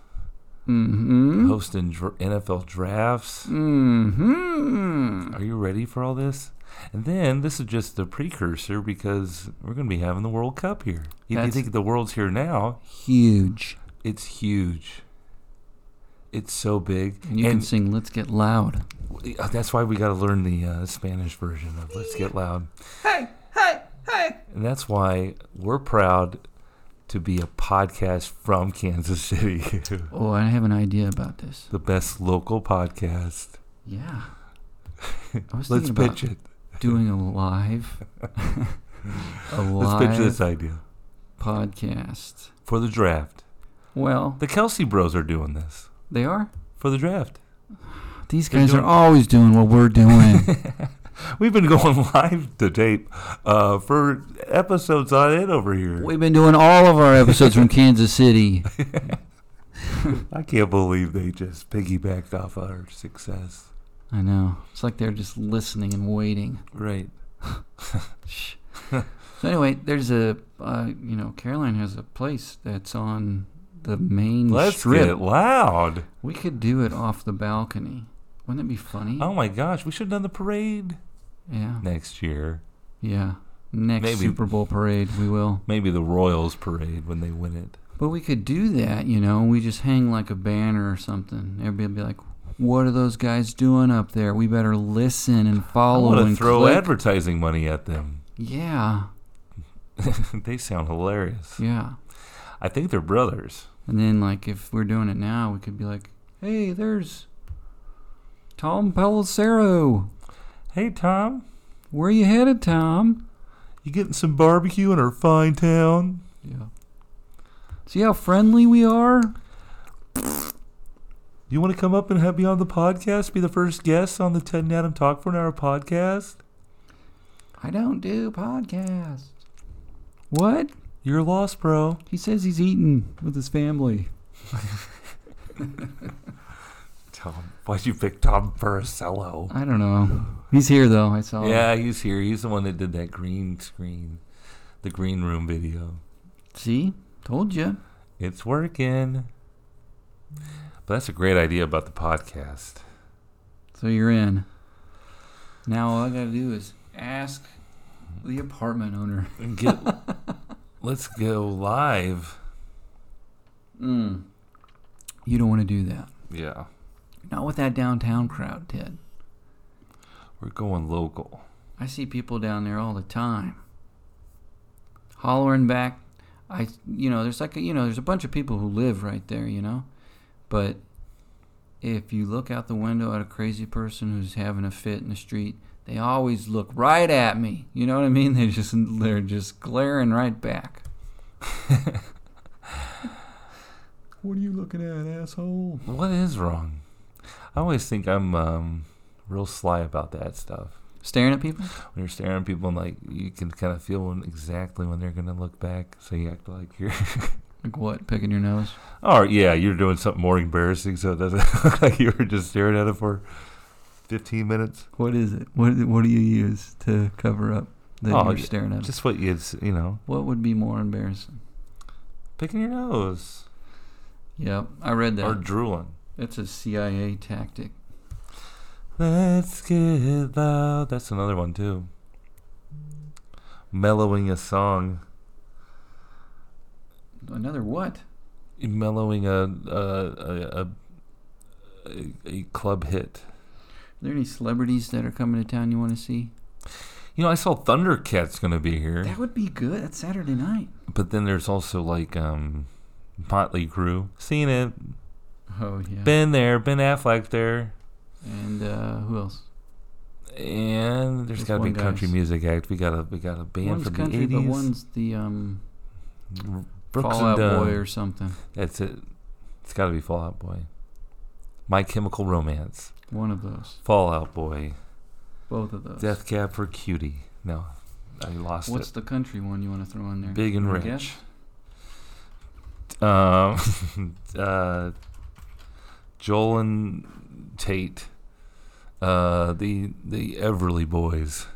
Speaker 2: Mm-hmm.
Speaker 1: hosting dr- NFL drafts.
Speaker 2: Mm-hmm.
Speaker 1: Are you ready for all this? And then this is just the precursor because we're going to be having the World Cup here. If you
Speaker 2: That's-
Speaker 1: think the world's here now,
Speaker 2: Huge.
Speaker 1: it's huge. It's so big.
Speaker 2: And you can sing "Let's Get Loud."
Speaker 1: w- uh, that's why we got to learn the uh, Spanish version of Let's Get Loud.
Speaker 2: Hey, hey, hey!
Speaker 1: And that's why we're proud to be a podcast from Kansas City.
Speaker 2: Oh, I have an idea about this.
Speaker 1: the best local podcast.
Speaker 2: Yeah. I was
Speaker 1: Let's
Speaker 2: thinking about
Speaker 1: pitch it.
Speaker 2: doing a live, a
Speaker 1: Let's pitch
Speaker 2: live
Speaker 1: this idea.
Speaker 2: podcast.
Speaker 1: for the draft.
Speaker 2: Well,
Speaker 1: The Kelsey Bros are doing this
Speaker 2: they are.
Speaker 1: for the draft.
Speaker 2: These
Speaker 1: They're
Speaker 2: guys are
Speaker 1: doing-
Speaker 2: always doing what we're doing.
Speaker 1: We've been going live to tape uh, for episodes on it over here.
Speaker 2: We've been doing all of our episodes from Kansas City.
Speaker 1: I can't believe they just piggybacked off our success.
Speaker 2: I know. It's like they're just listening and waiting.
Speaker 1: Right.
Speaker 2: Shh. so anyway, there's a uh, you know Caroline has a place that's on the main
Speaker 1: Let's
Speaker 2: strip.
Speaker 1: get it loud.
Speaker 2: We could do it off the balcony. Wouldn't it be funny?
Speaker 1: Oh my gosh, we should have done the parade
Speaker 2: Yeah.
Speaker 1: next year.
Speaker 2: Yeah. Next
Speaker 1: Maybe.
Speaker 2: Super Bowl parade, we will.
Speaker 1: Maybe the Royals parade when they win it.
Speaker 2: But we could do that, you know. We just hang like a banner or something. Everybody'd be like, "What are those guys doing up there? We better listen and
Speaker 1: I
Speaker 2: follow
Speaker 1: want to
Speaker 2: and
Speaker 1: throw
Speaker 2: click."
Speaker 1: advertising money at them.
Speaker 2: yeah,
Speaker 1: they sound hilarious.
Speaker 2: yeah.
Speaker 1: I think they're brothers.
Speaker 2: And then, like, if we're doing it now, we could be like, "Hey, there's Tom Pelissero.
Speaker 1: Hey, Tom,
Speaker 2: Where you headed, Tom?"
Speaker 1: you getting some barbecue in our fine town?
Speaker 2: Yeah. See how friendly we are?
Speaker 1: You want to come up and have, be on the podcast? Be the first guest on the Ted and Adam Talk for an Hour podcast?
Speaker 2: I don't do podcasts. What?
Speaker 1: You're lost, bro.
Speaker 2: He says he's eating with his family.
Speaker 1: Tom, why'd you pick Tom Paracello?
Speaker 2: I don't know. He's here though. I saw. him.
Speaker 1: Yeah, he's here. He's the one that did that green screen, the green room video.
Speaker 2: See, told you.
Speaker 1: It's working. But that's a great idea about the podcast.
Speaker 2: So you're in. Now all I gotta do is ask the apartment owner.
Speaker 1: And Get, let's go live.
Speaker 2: Mm. You don't want to do that.
Speaker 1: Yeah,
Speaker 2: Not with that downtown crowd, Ted.
Speaker 1: we're going local.
Speaker 2: I see people down there all the time. Hollering back. I you know, there's like a, you know, there's a bunch of people who live right there, you know. But if you look out the window at a crazy person who's having a fit in the street, they always look right at me. You know what I mean? They just they're just glaring right back. what are you looking at, asshole?
Speaker 1: What is wrong? I always think I'm um, real sly about that stuff.
Speaker 2: Staring at people?
Speaker 1: When you're staring at people, and like you can kind of feel when, exactly when they're gonna look back, so you act like you're.
Speaker 2: Like what? Picking your nose?
Speaker 1: Or yeah, you're doing something more embarrassing, so it doesn't look like you were just staring at it for 15 minutes.
Speaker 2: What is it? What what do you use to cover up that
Speaker 1: Oh,
Speaker 2: you're
Speaker 1: yeah,
Speaker 2: staring at? him?
Speaker 1: Just what you, it's you know,
Speaker 2: what would be more embarrassing?
Speaker 1: picking your nose
Speaker 2: Yep, I read that.
Speaker 1: or drooling.
Speaker 2: it's a CIA tactic.
Speaker 1: Let's get loud. That's another one too. Mellowing a song,
Speaker 2: Another what?
Speaker 1: mellowing a a a, a, a, a club hit.
Speaker 2: Are there any celebrities that are coming to town you want to see?
Speaker 1: You know, I saw Thundercats gonna be here,
Speaker 2: That would be good. That's Saturday night.
Speaker 1: but then there's also like um, Motley Crue. Seen it,
Speaker 2: Oh yeah.
Speaker 1: been there, Ben Affleck there.
Speaker 2: and uh, who else?
Speaker 1: And there's
Speaker 2: It's
Speaker 1: got to be
Speaker 2: one
Speaker 1: country
Speaker 2: guy's.
Speaker 1: music act. We got a we got a band
Speaker 2: one's
Speaker 1: from
Speaker 2: country,
Speaker 1: the
Speaker 2: but
Speaker 1: '80s.
Speaker 2: one's the um,
Speaker 1: R- Brooks
Speaker 2: Fallout
Speaker 1: and Dunn.
Speaker 2: Boy or something.
Speaker 1: That's it. It's got to be Fallout Boy. My Chemical Romance,
Speaker 2: One of those.
Speaker 1: Fallout Boy,
Speaker 2: Both of those.
Speaker 1: Death Cab for Cutie. No, I lost
Speaker 2: What's the country one you want to throw in there?
Speaker 1: it. Big and
Speaker 2: Wanna
Speaker 1: rich.
Speaker 2: guess?
Speaker 1: Um, uh, Joel and Tate, uh, the the Everly Boys.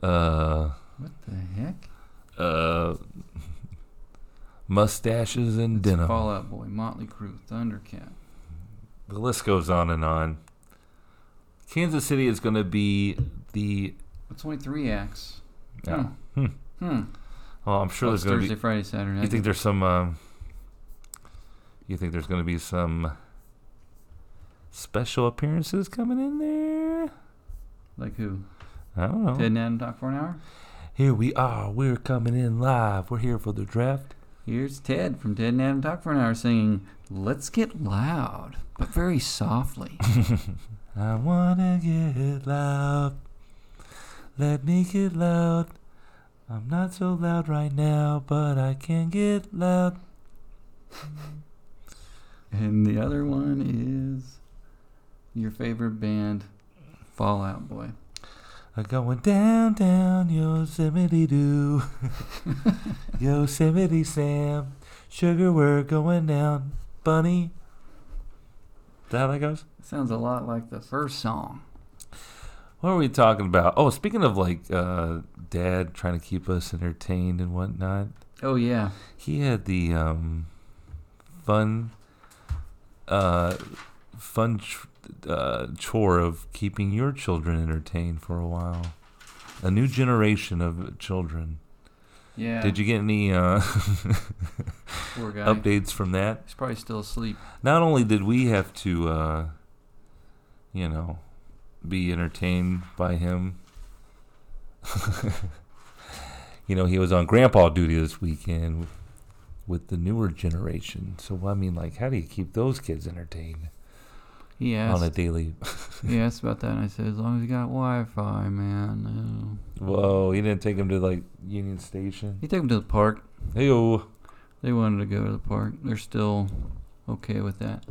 Speaker 1: Uh.
Speaker 2: What the heck?
Speaker 1: uh, mustaches and
Speaker 2: It's
Speaker 1: denim.
Speaker 2: Fallout Boy, Motley Crue, Thundercat.
Speaker 1: The list goes on and on. Kansas City is going to be the.
Speaker 2: It's only three acts.
Speaker 1: Yeah.
Speaker 2: Hmm.
Speaker 1: Hmm.
Speaker 2: Hmm.
Speaker 1: Well, I'm sure
Speaker 2: Well,
Speaker 1: there's
Speaker 2: it's
Speaker 1: going
Speaker 2: Thursday,
Speaker 1: to be.
Speaker 2: Friday, Saturday.
Speaker 1: You think there's some. Um, you think there's going to be some special appearances coming in there?
Speaker 2: like who?
Speaker 1: I don't know.
Speaker 2: Ted and Adam talk for an hour.
Speaker 1: Here we are. We're coming in live. We're here for the draft.
Speaker 2: Here's Ted from Ted and Adam talk for an hour singing "Let's Get Loud," but very softly.
Speaker 1: I wanna get loud. Let me get loud. I'm not so loud right now, but I can get loud.
Speaker 2: And the other one is your favorite band, Fallout Boy.
Speaker 1: I'm going down, down Yosemite Doo. Yosemite Sam. Sugar, we're going down. Bunny. Is that how that goes?
Speaker 2: Sounds a lot like the first song.
Speaker 1: What are we talking about? Oh, speaking of like uh, dad trying to keep us entertained and whatnot,
Speaker 2: Oh yeah,
Speaker 1: he had the um, fun, uh, fun tr- uh, chore of keeping your children entertained for a while. A new generation of children.
Speaker 2: yeah.
Speaker 1: Did you get any uh,
Speaker 2: Poor guy.
Speaker 1: updates from that?
Speaker 2: He's probably still asleep.
Speaker 1: Not only did we have to, uh, you know, be entertained by him. you know, he was on grandpa duty this weekend with, with the newer generation. So I mean, like, how do you keep those kids entertained
Speaker 2: He
Speaker 1: on a
Speaker 2: asked.
Speaker 1: daily?
Speaker 2: He asked about that, and I said, as long as you got Wi-Fi, man. no."
Speaker 1: Whoa, he didn't take him to like Union Station.
Speaker 2: He took him to the park.
Speaker 1: Heyo.
Speaker 2: They wanted to go to the park. They're still okay with that.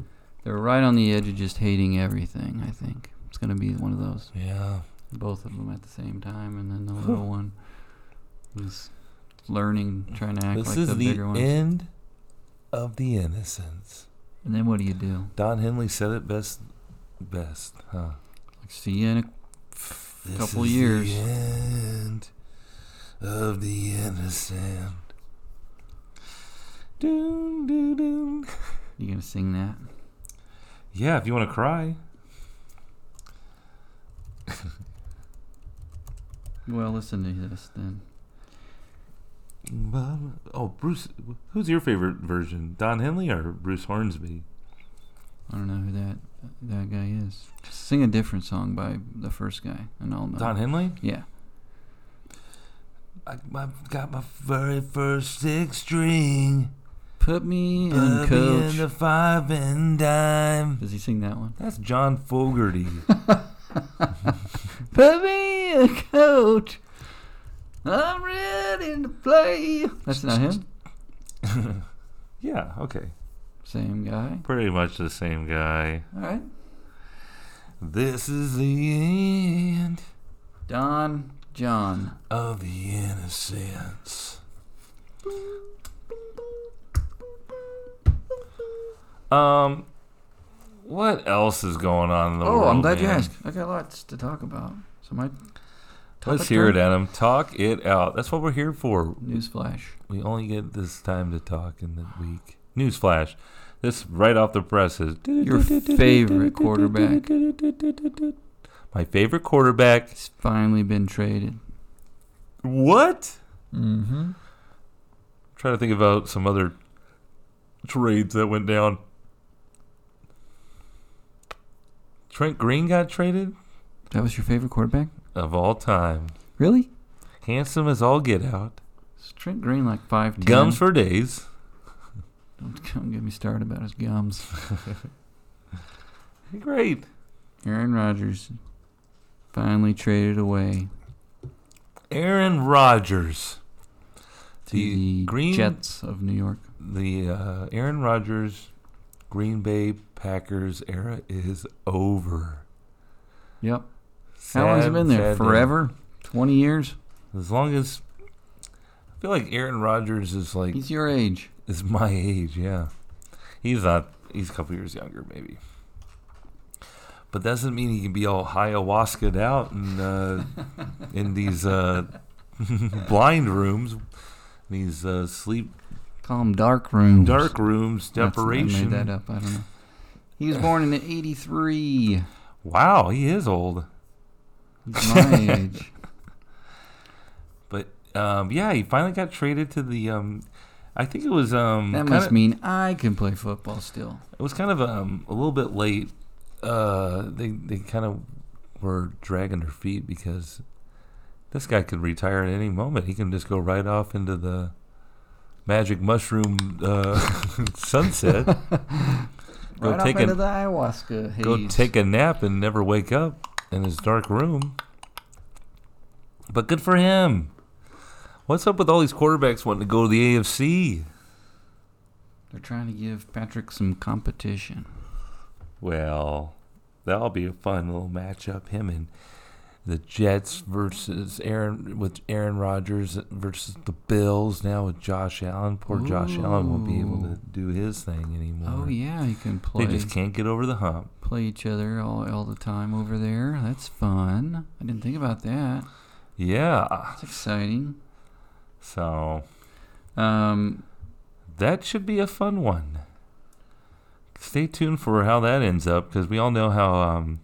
Speaker 2: They're right on the edge of just hating everything. I think it's gonna be one of those.
Speaker 1: Yeah.
Speaker 2: Both of them at the same time, and then the little one is learning, trying to act
Speaker 1: This
Speaker 2: like
Speaker 1: is
Speaker 2: the
Speaker 1: the
Speaker 2: bigger ones.
Speaker 1: end of the innocence.
Speaker 2: And then what do you do?
Speaker 1: Don Henley said it best. Best, huh?
Speaker 2: Like, see you in a
Speaker 1: This
Speaker 2: couple
Speaker 1: is
Speaker 2: years.
Speaker 1: The end of the innocent. Doon, doon, doon.
Speaker 2: You gonna sing that?
Speaker 1: Yeah, if you want to cry.
Speaker 2: Well, listen to this then.
Speaker 1: Well, Oh, Bruce. Who's your favorite version? Don Henley or Bruce Hornsby?
Speaker 2: I don't know who that that guy is. Sing a different song by the first guy, and I'll know.
Speaker 1: Don Henley?
Speaker 2: Yeah.
Speaker 1: Uh, I, I got my very first six string.
Speaker 2: Put me in,
Speaker 1: Put me in
Speaker 2: coach.
Speaker 1: the five and dime.
Speaker 2: Does he sing that one?
Speaker 1: That's John Fogerty.
Speaker 2: Put me in, coach. I'm ready to play. That's not him.
Speaker 1: yeah, okay.
Speaker 2: Same guy.
Speaker 1: Pretty much the same guy.
Speaker 2: All right.
Speaker 1: This is the end
Speaker 2: Don John.
Speaker 1: of the innocence. Um, what else is going on in the
Speaker 2: oh,
Speaker 1: world?
Speaker 2: I'm glad you
Speaker 1: man?
Speaker 2: asked. I got lots to talk about. So my
Speaker 1: Let's
Speaker 2: topic
Speaker 1: hear it,
Speaker 2: time-
Speaker 1: Adam. Talk it out. That's what we're here for.
Speaker 2: Newsflash.
Speaker 1: We only get this time to talk in the week. Newsflash. This right off the presses.
Speaker 2: Your favorite quarterback.
Speaker 1: My favorite quarterback.
Speaker 2: It's finally been traded.
Speaker 1: What?
Speaker 2: Mm-hmm.
Speaker 1: trying to think about some other trades that went down. Trent Green got traded
Speaker 2: That was your favorite quarterback?
Speaker 1: of all time.
Speaker 2: Really?
Speaker 1: Handsome as all get out.
Speaker 2: Is Trent Green like five ten?
Speaker 1: Gums for days.
Speaker 2: Don't come get me started about his gums.
Speaker 1: Great.
Speaker 2: Aaron Rodgers finally traded away
Speaker 1: Aaron Rodgers.
Speaker 2: to
Speaker 1: The
Speaker 2: the,
Speaker 1: Green-
Speaker 2: Jets of New York.
Speaker 1: The uh, Aaron Rodgers Green Bay Packers era is over.
Speaker 2: Yep. How long has it
Speaker 1: Sad,
Speaker 2: been there?
Speaker 1: sad day.
Speaker 2: Forever? Twenty years?
Speaker 1: As long as I feel like Aaron Rodgers is like
Speaker 2: He's your age.
Speaker 1: is my age, yeah. He's not. He's a couple years younger, maybe. But that doesn't mean he can be all ayahuasca out and uh, in these uh, blind rooms, these uh, sleep
Speaker 2: Call him dark room.
Speaker 1: dark rooms,
Speaker 2: That's- I made that
Speaker 1: deprivation.
Speaker 2: up. I don't know. He was born in eighty three.
Speaker 1: Wow, he is old.
Speaker 2: He's my age.
Speaker 1: But um, yeah, he finally got traded to the. Um, I think it was um,
Speaker 2: That
Speaker 1: kinda-
Speaker 2: must mean I can play football still.
Speaker 1: It was kind of um, a little bit late. Uh, they they kind of were dragging their feet because this guy could retire at any moment. He can just go right off into the magic mushroom uh, sunset, Go
Speaker 2: right
Speaker 1: take
Speaker 2: off into
Speaker 1: an-
Speaker 2: the ayahuasca haze.
Speaker 1: go take a nap, and never wake up in his dark room. But good for him. What's up with all these quarterbacks wanting to go to the AFC?
Speaker 2: They're trying to give Patrick some competition.
Speaker 1: Well, that'll be a fun little matchup. Him and the Jets versus Aaron with Aaron Rodgers versus the Bills now with Josh Allen. Poor Josh Allen won't be able
Speaker 2: Ooh.
Speaker 1: to do his thing anymore.
Speaker 2: Oh yeah, you can
Speaker 1: They
Speaker 2: play
Speaker 1: just can't get over the hump.
Speaker 2: play each other all, all the time over there. That's fun. I didn't think about that.
Speaker 1: Yeah.
Speaker 2: That's exciting.
Speaker 1: So
Speaker 2: Um,
Speaker 1: that should be a fun one. Stay tuned for how that ends up because we all know how um,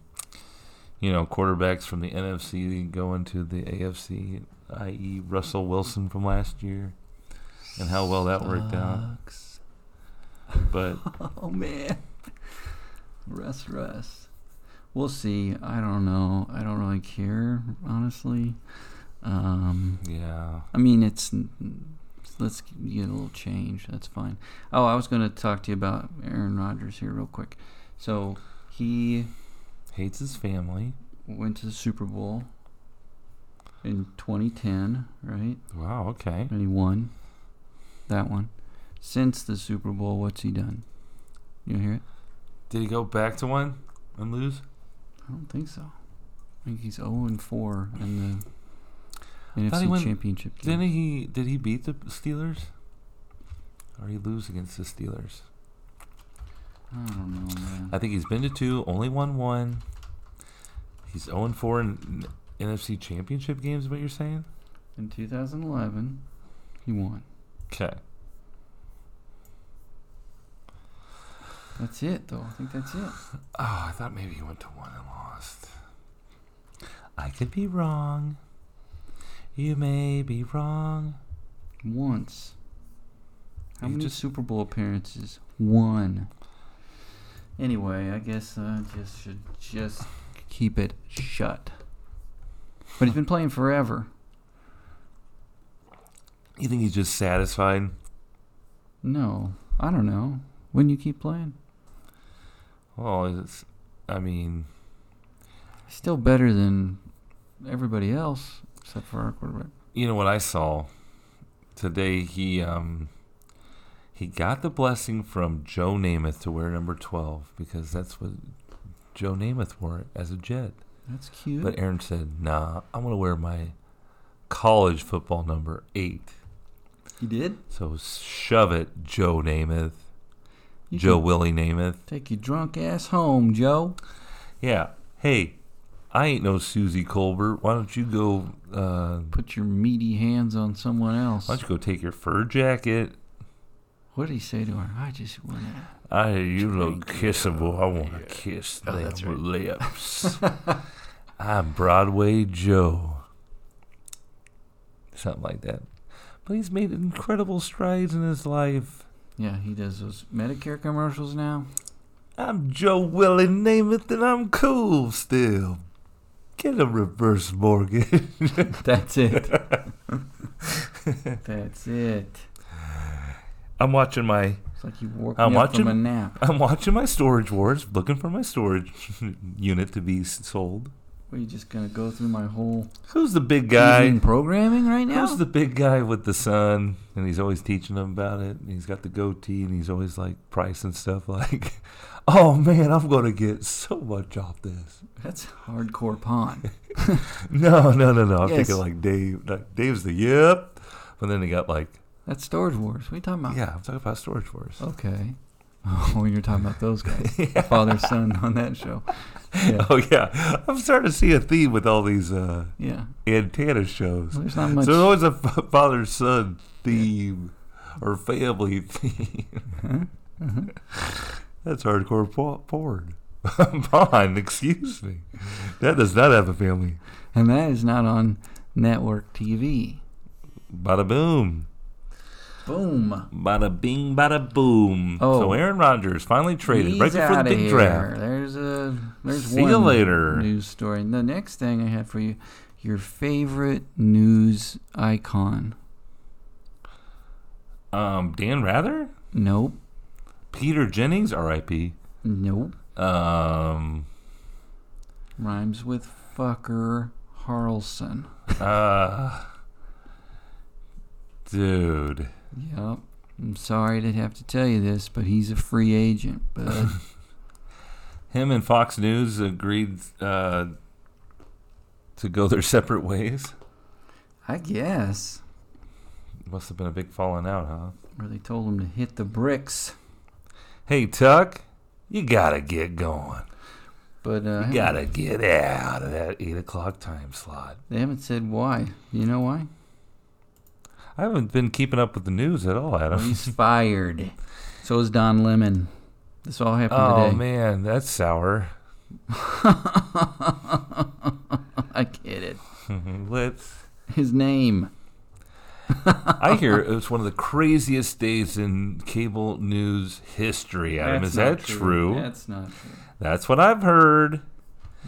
Speaker 1: you know quarterbacks from the NFC go into the AFC, i.e. Russell Wilson from last year, and how well that worked out.
Speaker 2: sucks.
Speaker 1: But
Speaker 2: Oh man, Russ, Russ. We'll see. I don't know. I don't really care, honestly. Um,
Speaker 1: yeah,
Speaker 2: I mean, it's let's get a little change. That's fine. Oh, I was going to talk to you about Aaron Rodgers here real quick. So he
Speaker 1: hates his family.
Speaker 2: went to the Super Bowl in 2010, right?
Speaker 1: Wow. Okay.
Speaker 2: And he won that one. Since the Super Bowl, what's he done? You hear it?
Speaker 1: Did he go back to one and lose?
Speaker 2: I don't think so. I think he's 0 and 4 in the
Speaker 1: thought he
Speaker 2: NFC
Speaker 1: went-
Speaker 2: Championship game.
Speaker 1: Didn't he? Did he beat the Steelers? Or he lose against the Steelers?
Speaker 2: I don't know, man.
Speaker 1: I think he's been to two, only won one. He's 0 4 in NFC Championship games, is what you're saying?
Speaker 2: In 2011, he won.
Speaker 1: Okay.
Speaker 2: That's it, though. I think that's it.
Speaker 1: Oh, I thought maybe he went to one and lost. I could be wrong. You may be wrong.
Speaker 2: Once. How
Speaker 1: You
Speaker 2: many
Speaker 1: just-
Speaker 2: Super Bowl appearances? One. Anyway, I guess I just should just keep it shut. But he's been playing forever.
Speaker 1: You think he's just satisfied?
Speaker 2: No, I don't know. Wouldn't you keep playing?
Speaker 1: Well, it's, I mean,
Speaker 2: He's still better than everybody else except for our quarterback.
Speaker 1: you know what I saw today? He um, he got the blessing from Joe Namath to wear number 12 because that's what Joe Namath wore as a Jet.
Speaker 2: That's cute.
Speaker 1: Mm-hmm. But Aaron said, "Nah, I'm gonna wear my college football number eight.
Speaker 2: he did.
Speaker 1: So shove it, Joe Namath,
Speaker 2: You
Speaker 1: Joe
Speaker 2: can
Speaker 1: Willie Namath.
Speaker 2: take your drunk ass home, Joe.
Speaker 1: Yeah. Hey, I ain't no Susie Colbert. Why don't you go? Uh,
Speaker 2: Put your meaty hands on someone else.
Speaker 1: why don't you go take your fur jacket?
Speaker 2: What did he say to her? I just want to.
Speaker 1: I you look kissable. I want to kiss
Speaker 2: Oh,
Speaker 1: them
Speaker 2: that's right.
Speaker 1: lips. I'm Broadway Joe. Something like that. But he's made incredible strides in his life.
Speaker 2: Yeah, he does those Medicare commercials now.
Speaker 1: I'm Joe Willie Namath and I'm cool still. Get a reverse mortgage.
Speaker 2: That's it. That's it.
Speaker 1: I'm watching my
Speaker 2: It's like you woke
Speaker 1: I'm
Speaker 2: me up
Speaker 1: watching-
Speaker 2: from a nap.
Speaker 1: I'm watching my storage wars, looking for my storage unit to be s- sold.
Speaker 2: What, Are you just gonna go through my whole
Speaker 1: Who's the big guy?
Speaker 2: evening programming right now?
Speaker 1: Who's the big guy with the sun? And he's always teaching them about it. And he's got the goatee, and he's always like pricing stuff. Like, oh man, I'm gonna get so much off this.
Speaker 2: That's hardcore pawn.
Speaker 1: No, no, no, no. I'm
Speaker 2: Yes.
Speaker 1: thinking like Dave. Like, Dave's the yep. But then he got like
Speaker 2: That's Storage Wars. What are you talking about?
Speaker 1: Yeah, I'm talking about Storage Wars.
Speaker 2: Okay. Oh, you're talking about those guys, father son on that show. Yeah.
Speaker 1: Oh yeah, I'm starting to see a theme with all these uh,
Speaker 2: Yeah.
Speaker 1: antenna shows.
Speaker 2: Well, there's not
Speaker 1: So
Speaker 2: much.
Speaker 1: there's always a f- father-son theme or family theme.
Speaker 2: Huh? Uh-huh.
Speaker 1: That's hardcore po- porn. Bond, excuse me. That does not have a family.
Speaker 2: And that is not on network TV.
Speaker 1: Bada boom,
Speaker 2: Boom.
Speaker 1: bada bing, bada boom.
Speaker 2: Oh.
Speaker 1: So Aaron Rodgers finally traded
Speaker 2: He's
Speaker 1: right before the
Speaker 2: outta
Speaker 1: big
Speaker 2: here.
Speaker 1: draft.
Speaker 2: There's a there's
Speaker 1: See
Speaker 2: one
Speaker 1: you later.
Speaker 2: news story. And the next thing I had for you, your favorite news icon.
Speaker 1: Um, Dan Rather,
Speaker 2: Nope.
Speaker 1: Peter Jennings, R.I.P.
Speaker 2: Nope.
Speaker 1: Um,
Speaker 2: Rhymes with fucker Harlson.
Speaker 1: uh, Dude.
Speaker 2: Yep. I'm sorry to have to tell you this, but he's a free agent. But
Speaker 1: Him and Fox News agreed uh, to go their separate ways.
Speaker 2: I guess.
Speaker 1: Must have been a big falling out, huh?
Speaker 2: Or they told him to hit the bricks.
Speaker 1: Hey, Tuck, you gotta get going.
Speaker 2: But uh,
Speaker 1: You gotta get out of that 8 o'clock time slot.
Speaker 2: they haven't said why. You know why?
Speaker 1: I haven't been keeping up with the news at all,
Speaker 2: Well,
Speaker 1: Adam.
Speaker 2: he's fired. So is Don Lemon. This all happened
Speaker 1: Oh,
Speaker 2: today.
Speaker 1: man, that's sour.
Speaker 2: I get it.
Speaker 1: Let's.
Speaker 2: His name.
Speaker 1: I hear it was one of the craziest days in cable news history, Adam. Is that
Speaker 2: not
Speaker 1: true?
Speaker 2: That's not true.
Speaker 1: That's what I've heard.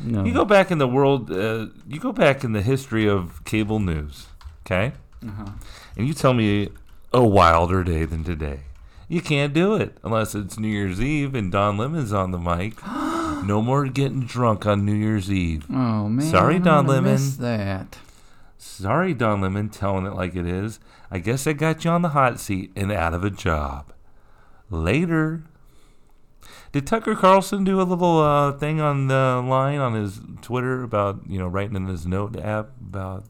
Speaker 2: No.
Speaker 1: You go back in the world, uh, you go back in the history of cable news, okay?
Speaker 2: uh-huh.
Speaker 1: And you tell me a wilder day than today. You can't do it unless it's New Year's Eve and Don Lemon's on the mic. no more getting drunk on New Year's Eve.
Speaker 2: Oh man.
Speaker 1: Sorry,
Speaker 2: I'm
Speaker 1: Don
Speaker 2: gonna
Speaker 1: Lemon.
Speaker 2: Miss that.
Speaker 1: Sorry, Don Lemon, telling it like it is. I guess I got you on the hot seat and out of a job. Later. Did Tucker Carlson do a little uh, thing on the line on his Twitter about, you know, writing in his note app about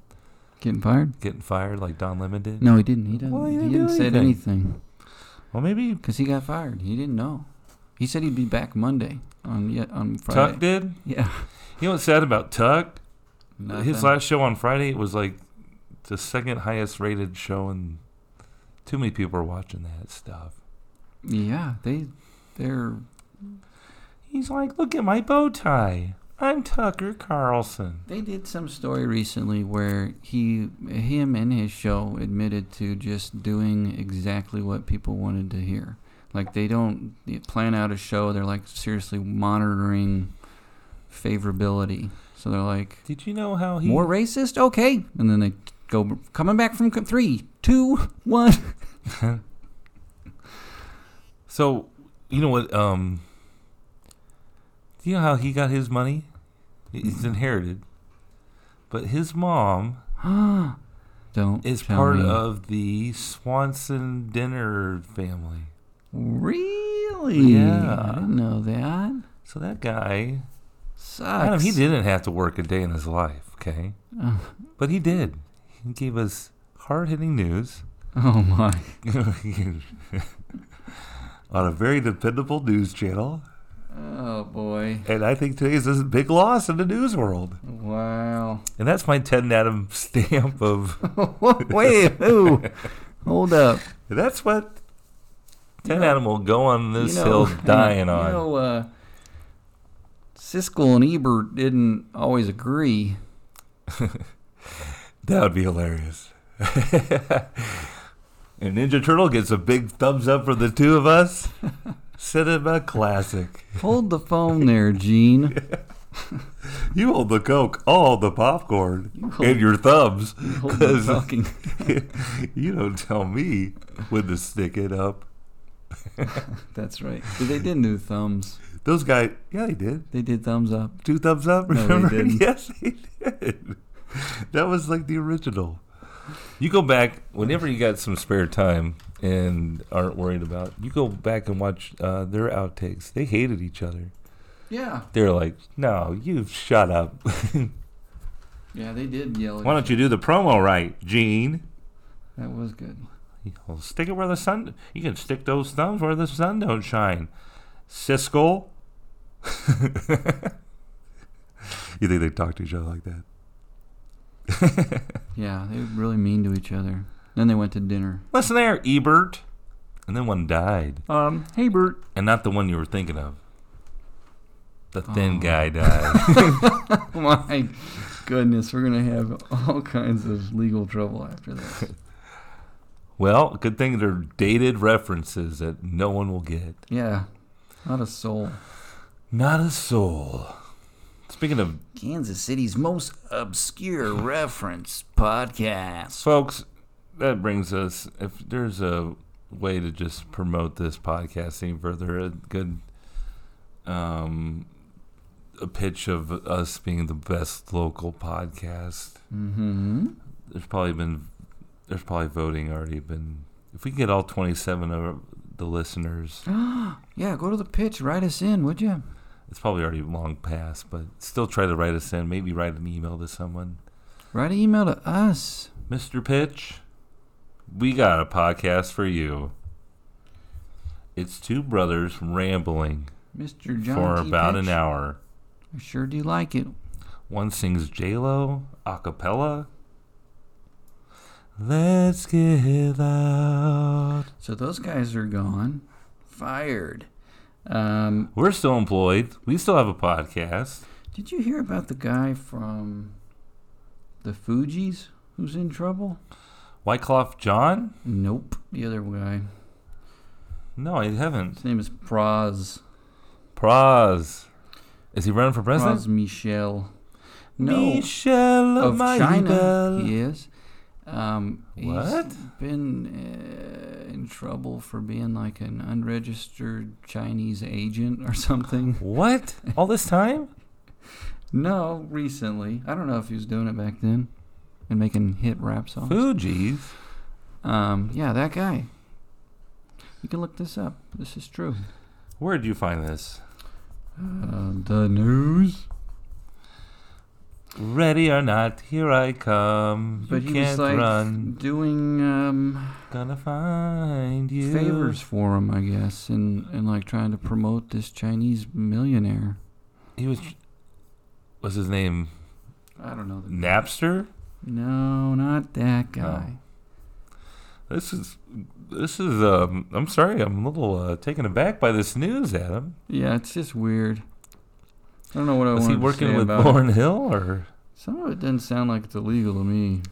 Speaker 2: Getting fired?
Speaker 1: getting fired like Don Lemon did?
Speaker 2: No, he didn't. He didn't.
Speaker 1: Well, he
Speaker 2: he
Speaker 1: didn't
Speaker 2: didn't
Speaker 1: do
Speaker 2: say
Speaker 1: anything.
Speaker 2: anything
Speaker 1: Well, maybe
Speaker 2: because he got fired. He didn't know. He said he'd be back Monday on yet on Friday.
Speaker 1: Tuck did.
Speaker 2: Yeah.
Speaker 1: You know what's sad about Tuck? His
Speaker 2: Nothing.
Speaker 1: last show on Friday was like the second highest rated show, and too many people are watching that stuff.
Speaker 2: Yeah, they they're
Speaker 1: He's like, look at my bow tie. I'm Tucker Carlson.
Speaker 2: They did some story recently where he, him, and his show admitted to just doing exactly what people wanted to hear. Like they don't plan out a show; they're like seriously monitoring favorability. So they're like,
Speaker 1: Did you know how he?
Speaker 2: more racist, okay, and then they go coming back from co- three, two, one.
Speaker 1: so, you know what? Um, do you know how he got his money? It's inherited, but his mom
Speaker 2: don't.
Speaker 1: is
Speaker 2: tell
Speaker 1: part
Speaker 2: me.
Speaker 1: of the Swanson dinner family.
Speaker 2: Really?
Speaker 1: Yeah.
Speaker 2: I didn't know that.
Speaker 1: So that guy,
Speaker 2: Sucks.
Speaker 1: Adam, he didn't have to work a day in his life, okay?
Speaker 2: Oh,
Speaker 1: But he did. He gave us hard-hitting news
Speaker 2: oh my.
Speaker 1: on a very dependable news channel,
Speaker 2: Oh boy.
Speaker 1: and I think today's a big loss in the news world.
Speaker 2: Wow.
Speaker 1: And that's my Ted and Adam stamp of.
Speaker 2: Wait, who? Hold up.
Speaker 1: that's what Ted and
Speaker 2: know-
Speaker 1: Adam will go on this
Speaker 2: You know-
Speaker 1: hill dying on.
Speaker 2: You know, uh, Siskel and Ebert didn't always agree.
Speaker 1: That would be hilarious. and Ninja Turtle gets a big thumbs up for the two of us. Cinema classic.
Speaker 2: Hold the phone there, Gene.
Speaker 1: You hold the Coke, all the popcorn,
Speaker 2: You hold-
Speaker 1: and your thumbs.
Speaker 2: you hold the
Speaker 1: 'cause-
Speaker 2: talking.
Speaker 1: you don't tell me when to stick it up.
Speaker 2: That's right. But They didn't do thumbs.
Speaker 1: Those guys, yeah, they did.
Speaker 2: They did thumbs up.
Speaker 1: Two thumbs up,
Speaker 2: No, they
Speaker 1: remember?
Speaker 2: didn't.
Speaker 1: Yes, they did. That was like the original. You go back whenever you got some spare time and aren't worried about. You go back and watch uh, their outtakes. They hated each other.
Speaker 2: Yeah.
Speaker 1: They're like, "No, you shut up.
Speaker 2: Yeah, they did yell.
Speaker 1: Why don't you do the promo right, Gene?
Speaker 2: That was good.
Speaker 1: Well, stick it where the sun. You can stick those thumbs where the sun don't shine. Siskel. you think they talk to each other like that?
Speaker 2: Yeah, they were really mean to each other. Then they went to dinner.
Speaker 1: Listen there, Ebert. And then one died.
Speaker 2: Um, hey, Bert.
Speaker 1: And not the one you were thinking of. The thin
Speaker 2: Oh.
Speaker 1: guy died.
Speaker 2: My goodness, we're going to have all kinds of legal trouble after this.
Speaker 1: well, good thing they're dated references that no one will get.
Speaker 2: Yeah, not a soul.
Speaker 1: Not a soul. Speaking of
Speaker 2: Kansas City's most obscure reference podcast.
Speaker 1: folks, that brings us. If there's a way to just promote this podcast any further, a good um, a pitch of us being the best local podcast.
Speaker 2: Mm-hmm.
Speaker 1: There's probably been there's probably voting already been. If we can get all 27 of the listeners,
Speaker 2: yeah, go to the pitch. Write us in, would you?
Speaker 1: it's probably already long past, but still try to write us in. Maybe write an email to someone.
Speaker 2: Write an email to us.
Speaker 1: Mr. Pitch, we got a podcast for you. It's two brothers rambling
Speaker 2: Mr. John
Speaker 1: for
Speaker 2: T.
Speaker 1: about an
Speaker 2: Pitch.
Speaker 1: hour.
Speaker 2: I sure do like it.
Speaker 1: One sings J-Lo a cappella. Let's get loud.
Speaker 2: So those guys are gone, fired. Um,
Speaker 1: We're still employed. We still have a podcast.
Speaker 2: did you hear about the guy from the Fugees who's in trouble?
Speaker 1: Wycloth John?
Speaker 2: Nope, the other guy.
Speaker 1: No, I haven't.
Speaker 2: His name is Praz.
Speaker 1: Praz. Is he running for president?
Speaker 2: Praz Michel. No,
Speaker 1: Michelle
Speaker 2: of
Speaker 1: my
Speaker 2: China.
Speaker 1: belle.
Speaker 2: He is. Um,
Speaker 1: What?
Speaker 2: He's been uh, in trouble for being like an unregistered Chinese agent or something.
Speaker 1: What? All this time?
Speaker 2: No, recently. I don't know if he was doing it back then and making hit rap songs.
Speaker 1: Fugees.
Speaker 2: Um, yeah, that guy. You can look this up. This is true.
Speaker 1: Where did you find this?
Speaker 2: Uh, the news.
Speaker 1: Ready or not, here I come.
Speaker 2: But
Speaker 1: you
Speaker 2: he
Speaker 1: can't
Speaker 2: was like
Speaker 1: run.
Speaker 2: doing um,
Speaker 1: Gonna find you.
Speaker 2: favors for him, I guess, and, and like trying to promote this Chinese millionaire.
Speaker 1: He was. What's his name?
Speaker 2: I don't know. The
Speaker 1: Napster.
Speaker 2: No, not
Speaker 1: Oh.
Speaker 2: that guy.
Speaker 1: This is. This is. Um. I'm sorry. I'm a little uh, taken aback by this news, Adam.
Speaker 2: Yeah, it's just weird. I don't know what I
Speaker 1: Was
Speaker 2: want
Speaker 1: he
Speaker 2: to
Speaker 1: working
Speaker 2: say
Speaker 1: with
Speaker 2: about it.
Speaker 1: Lauren Hill or?
Speaker 2: Some of it doesn't sound like it's illegal to me.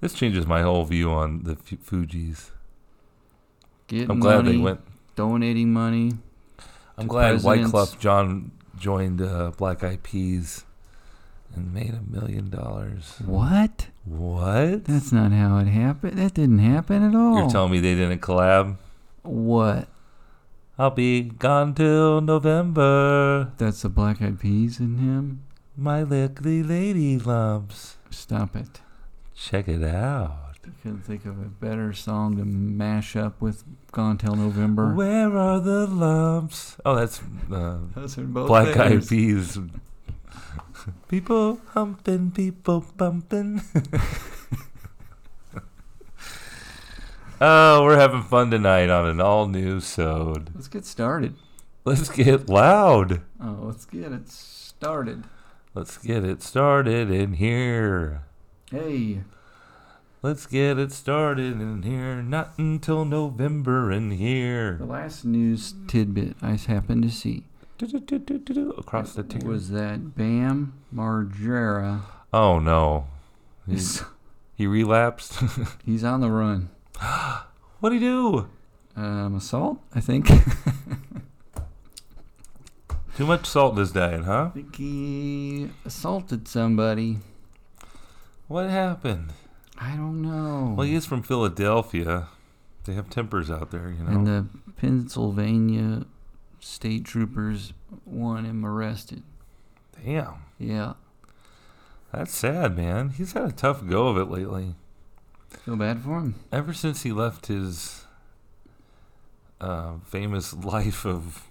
Speaker 1: This changes my whole view on the Fu- Fugees.
Speaker 2: Getting
Speaker 1: I'm glad
Speaker 2: money,
Speaker 1: they went.
Speaker 2: donating money.
Speaker 1: I'm
Speaker 2: to
Speaker 1: glad
Speaker 2: presidents.
Speaker 1: Wyclef John joined uh, Black Eyed Peas and made a million dollars.
Speaker 2: What?
Speaker 1: What?
Speaker 2: That's not how it happened. That didn't happen at all.
Speaker 1: You're telling me they didn't collab?
Speaker 2: what?
Speaker 1: I'll be gone till November.
Speaker 2: That's the black eyed peas in him?
Speaker 1: My lickly lady lumps.
Speaker 2: Stop it.
Speaker 1: Check it out.
Speaker 2: I couldn't think of a better song to mash up with Gone Till November.
Speaker 1: Where are the lumps? Oh, that's uh,
Speaker 2: Those are both
Speaker 1: Black Eyed
Speaker 2: theirs.
Speaker 1: Peas. people humping, people bumping. oh, we're having fun tonight on an all new sode.
Speaker 2: Let's get started.
Speaker 1: Let's get loud.
Speaker 2: Oh, let's get it started.
Speaker 1: Let's get it started in here.
Speaker 2: Hey,
Speaker 1: Let's get it started in here. Not until November in
Speaker 2: the
Speaker 1: here.
Speaker 2: last news tidbit I happened to see
Speaker 1: Do-do-do-do-do-do. Across the ticker.
Speaker 2: was that Bam Margera
Speaker 1: Oh no. He,
Speaker 2: is
Speaker 1: he relapsed.
Speaker 2: he's on the run.
Speaker 1: What'd he do?
Speaker 2: Um, assault, I think.
Speaker 1: Too much salt in his diet, huh?
Speaker 2: I think he assaulted somebody.
Speaker 1: What happened?
Speaker 2: I don't know.
Speaker 1: Well, he is from Philadelphia. They have tempers out there, you know.
Speaker 2: And uh, the Pennsylvania state troopers want him arrested.
Speaker 1: Damn.
Speaker 2: Yeah.
Speaker 1: That's sad, man. He's had a tough go of it lately.
Speaker 2: Feel bad for him.
Speaker 1: Ever since he left his uh, famous life of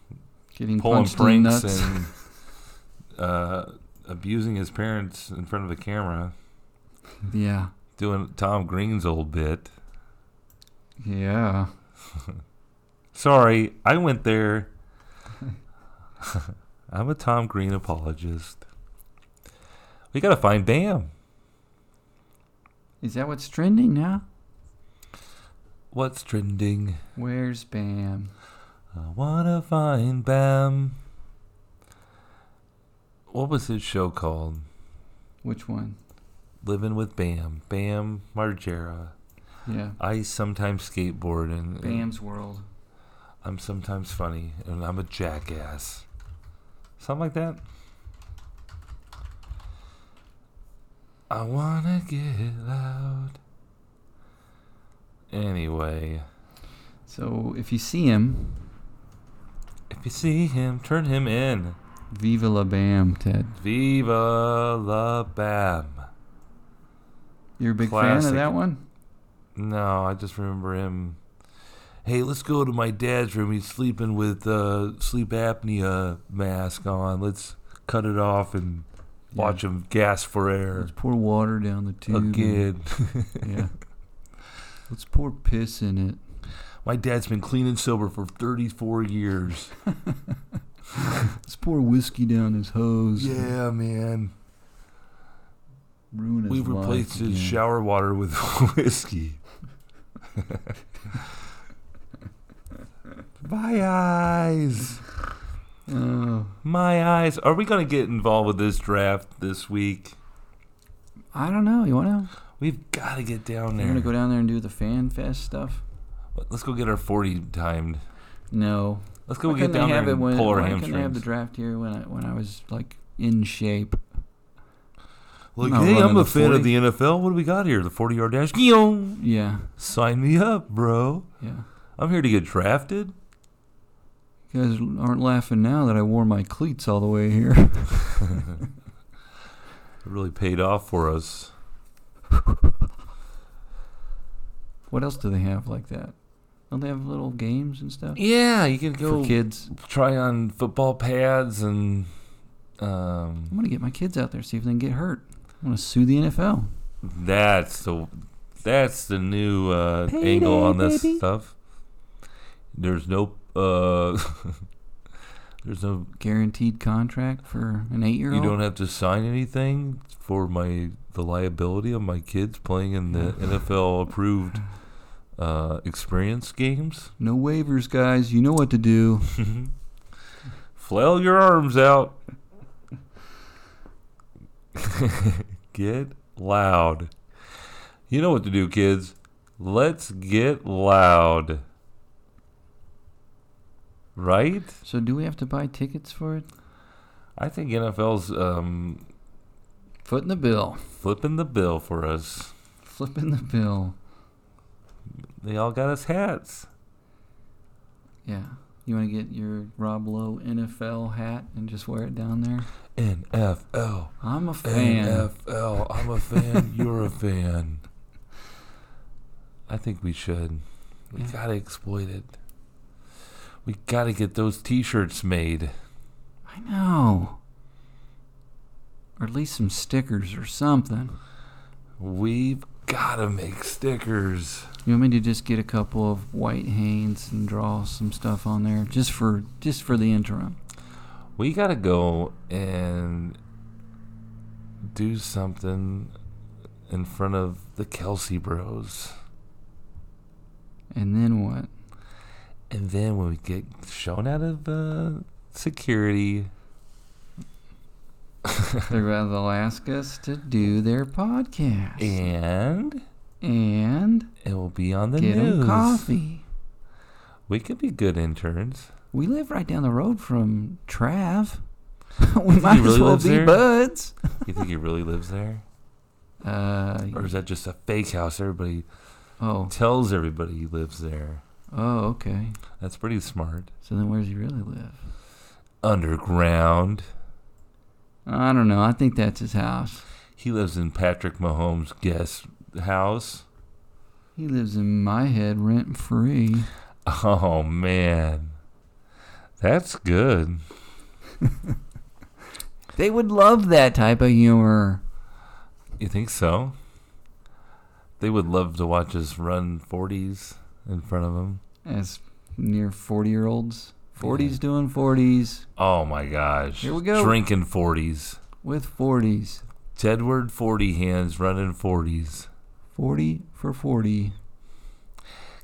Speaker 2: Getting
Speaker 1: pulling
Speaker 2: punched in the
Speaker 1: pranks
Speaker 2: nuts.
Speaker 1: and uh, abusing his parents in front of the camera,
Speaker 2: yeah.
Speaker 1: doing Tom Green's old bit.
Speaker 2: Yeah.
Speaker 1: Sorry, I went there. I'm a Tom Green apologist. We gotta find Bam.
Speaker 2: Is that what's trending now?
Speaker 1: What's trending?
Speaker 2: Where's Bam?
Speaker 1: I wanna find Bam. What was his show called?
Speaker 2: Which one?
Speaker 1: Living with Bam. Bam Margera.
Speaker 2: Yeah.
Speaker 1: I sometimes skateboard and
Speaker 2: Bam's World.
Speaker 1: I'm sometimes funny and I'm a jackass. Something like that. I wanna get loud. Anyway,
Speaker 2: So if you see him,
Speaker 1: if you see him, turn him in.
Speaker 2: Viva la Bam, Ted.
Speaker 1: Viva la Bam.
Speaker 2: You're a big fan
Speaker 1: Classic.
Speaker 2: of that one?
Speaker 1: No, I just remember him. Hey, let's go to my dad's room. He's sleeping with uh, sleep apnea mask on. Let's cut it off and watch him gasp for air
Speaker 2: Let's pour water down the tube. and-
Speaker 1: again.
Speaker 2: Yeah. Let's pour piss in it.
Speaker 1: My dad's been clean and sober for 34 years.
Speaker 2: Let's pour whiskey down his hose. and
Speaker 1: yeah, man.
Speaker 2: Ruin his
Speaker 1: We've
Speaker 2: life
Speaker 1: replaced his
Speaker 2: again.
Speaker 1: shower water with whiskey. My eyes.
Speaker 2: Oh,
Speaker 1: My eyes. Are we going to get involved with this draft this week?
Speaker 2: I don't know. You want to?
Speaker 1: We've got to get down
Speaker 2: You
Speaker 1: there.
Speaker 2: want to go down there and do the fan fest stuff?
Speaker 1: Let's go get our 40 timed.
Speaker 2: No.
Speaker 1: Let's go
Speaker 2: Why
Speaker 1: get
Speaker 2: couldn't they
Speaker 1: down there
Speaker 2: have it
Speaker 1: and
Speaker 2: when,
Speaker 1: pull our
Speaker 2: why couldn't they have the
Speaker 1: hamstrings.
Speaker 2: draft here when I, when I was like in shape?
Speaker 1: Look,
Speaker 2: I'm not
Speaker 1: hey, I'm
Speaker 2: running
Speaker 1: a
Speaker 2: the
Speaker 1: fan
Speaker 2: 40.
Speaker 1: of the NFL. What do we got here? The 40 yard dash. Yeong.
Speaker 2: Yeah.
Speaker 1: Sign me up, bro.
Speaker 2: Yeah.
Speaker 1: I'm here to get drafted.
Speaker 2: You guys aren't laughing now that I wore my cleats all the way here.
Speaker 1: It really paid off for us.
Speaker 2: what else do they have like that? Don't they have little games and stuff
Speaker 1: Yeah, you can
Speaker 2: for kids?
Speaker 1: try on football pads and um,
Speaker 2: I'm gonna get my kids out there see if they can get hurt. I'm gonna sue the NFL.
Speaker 1: that's the that's the new uh,
Speaker 2: Payday,
Speaker 1: angle on this
Speaker 2: baby.
Speaker 1: stuff. There's no uh, there's no
Speaker 2: Guaranteed contract for an eight-year-old.
Speaker 1: You don't have to sign anything for my the liability of my kids playing in the NFL approved uh, experience games.
Speaker 2: no waivers, guys. You know what to do.
Speaker 1: Flail your arms out. get loud. You know what to do, kids. Let's get loud. Right?
Speaker 2: So, do we have to buy tickets for it?
Speaker 1: I think NFL's um,
Speaker 2: Foot in the bill.
Speaker 1: flipping the bill for us.
Speaker 2: Flipping the bill.
Speaker 1: They all got us hats.
Speaker 2: Yeah. You want to get your Rob Lowe NFL hat and just wear it down there?
Speaker 1: NFL.
Speaker 2: I'm a fan.
Speaker 1: NFL. I'm a fan. You're a fan. I think we should. We
Speaker 2: Yeah.
Speaker 1: gotta exploit it. We gotta get those T-shirts made.
Speaker 2: I know. Or at least some stickers or something.
Speaker 1: We've gotta make stickers.
Speaker 2: You want me to just get a couple of white Hanes and draw some stuff on there just for just for the interim?
Speaker 1: We gotta go and do something in front of the Kelsey Bros.
Speaker 2: And then what?
Speaker 1: And then when we get shown out of uh, security,
Speaker 2: They're going to ask us to do their podcast
Speaker 1: and
Speaker 2: and
Speaker 1: It will be on the
Speaker 2: get
Speaker 1: news.
Speaker 2: them coffee.
Speaker 1: We could be good interns.
Speaker 2: We live right down the road from Trav. we might
Speaker 1: really
Speaker 2: as well
Speaker 1: lives
Speaker 2: be
Speaker 1: there?
Speaker 2: buds.
Speaker 1: You think he really lives there,
Speaker 2: Uh,
Speaker 1: or is that just a fake house? Everybody
Speaker 2: oh,
Speaker 1: tells everybody he lives there.
Speaker 2: oh, okay.
Speaker 1: That's pretty smart.
Speaker 2: So then, where does he really live?
Speaker 1: Underground.
Speaker 2: I don't know. I think that's his house.
Speaker 1: He lives in Patrick Mahomes' guest house.
Speaker 2: He lives in my head, rent free.
Speaker 1: Oh man, that's good.
Speaker 2: They would love that type of humor.
Speaker 1: You think so? They would love to watch us run forties in front of him.
Speaker 2: As near forty-year-olds, forties doing forties
Speaker 1: Oh my gosh!
Speaker 2: Here we go.
Speaker 1: Drinking forties.
Speaker 2: with forties,
Speaker 1: Tedward forty hands running forties.
Speaker 2: forty for forty.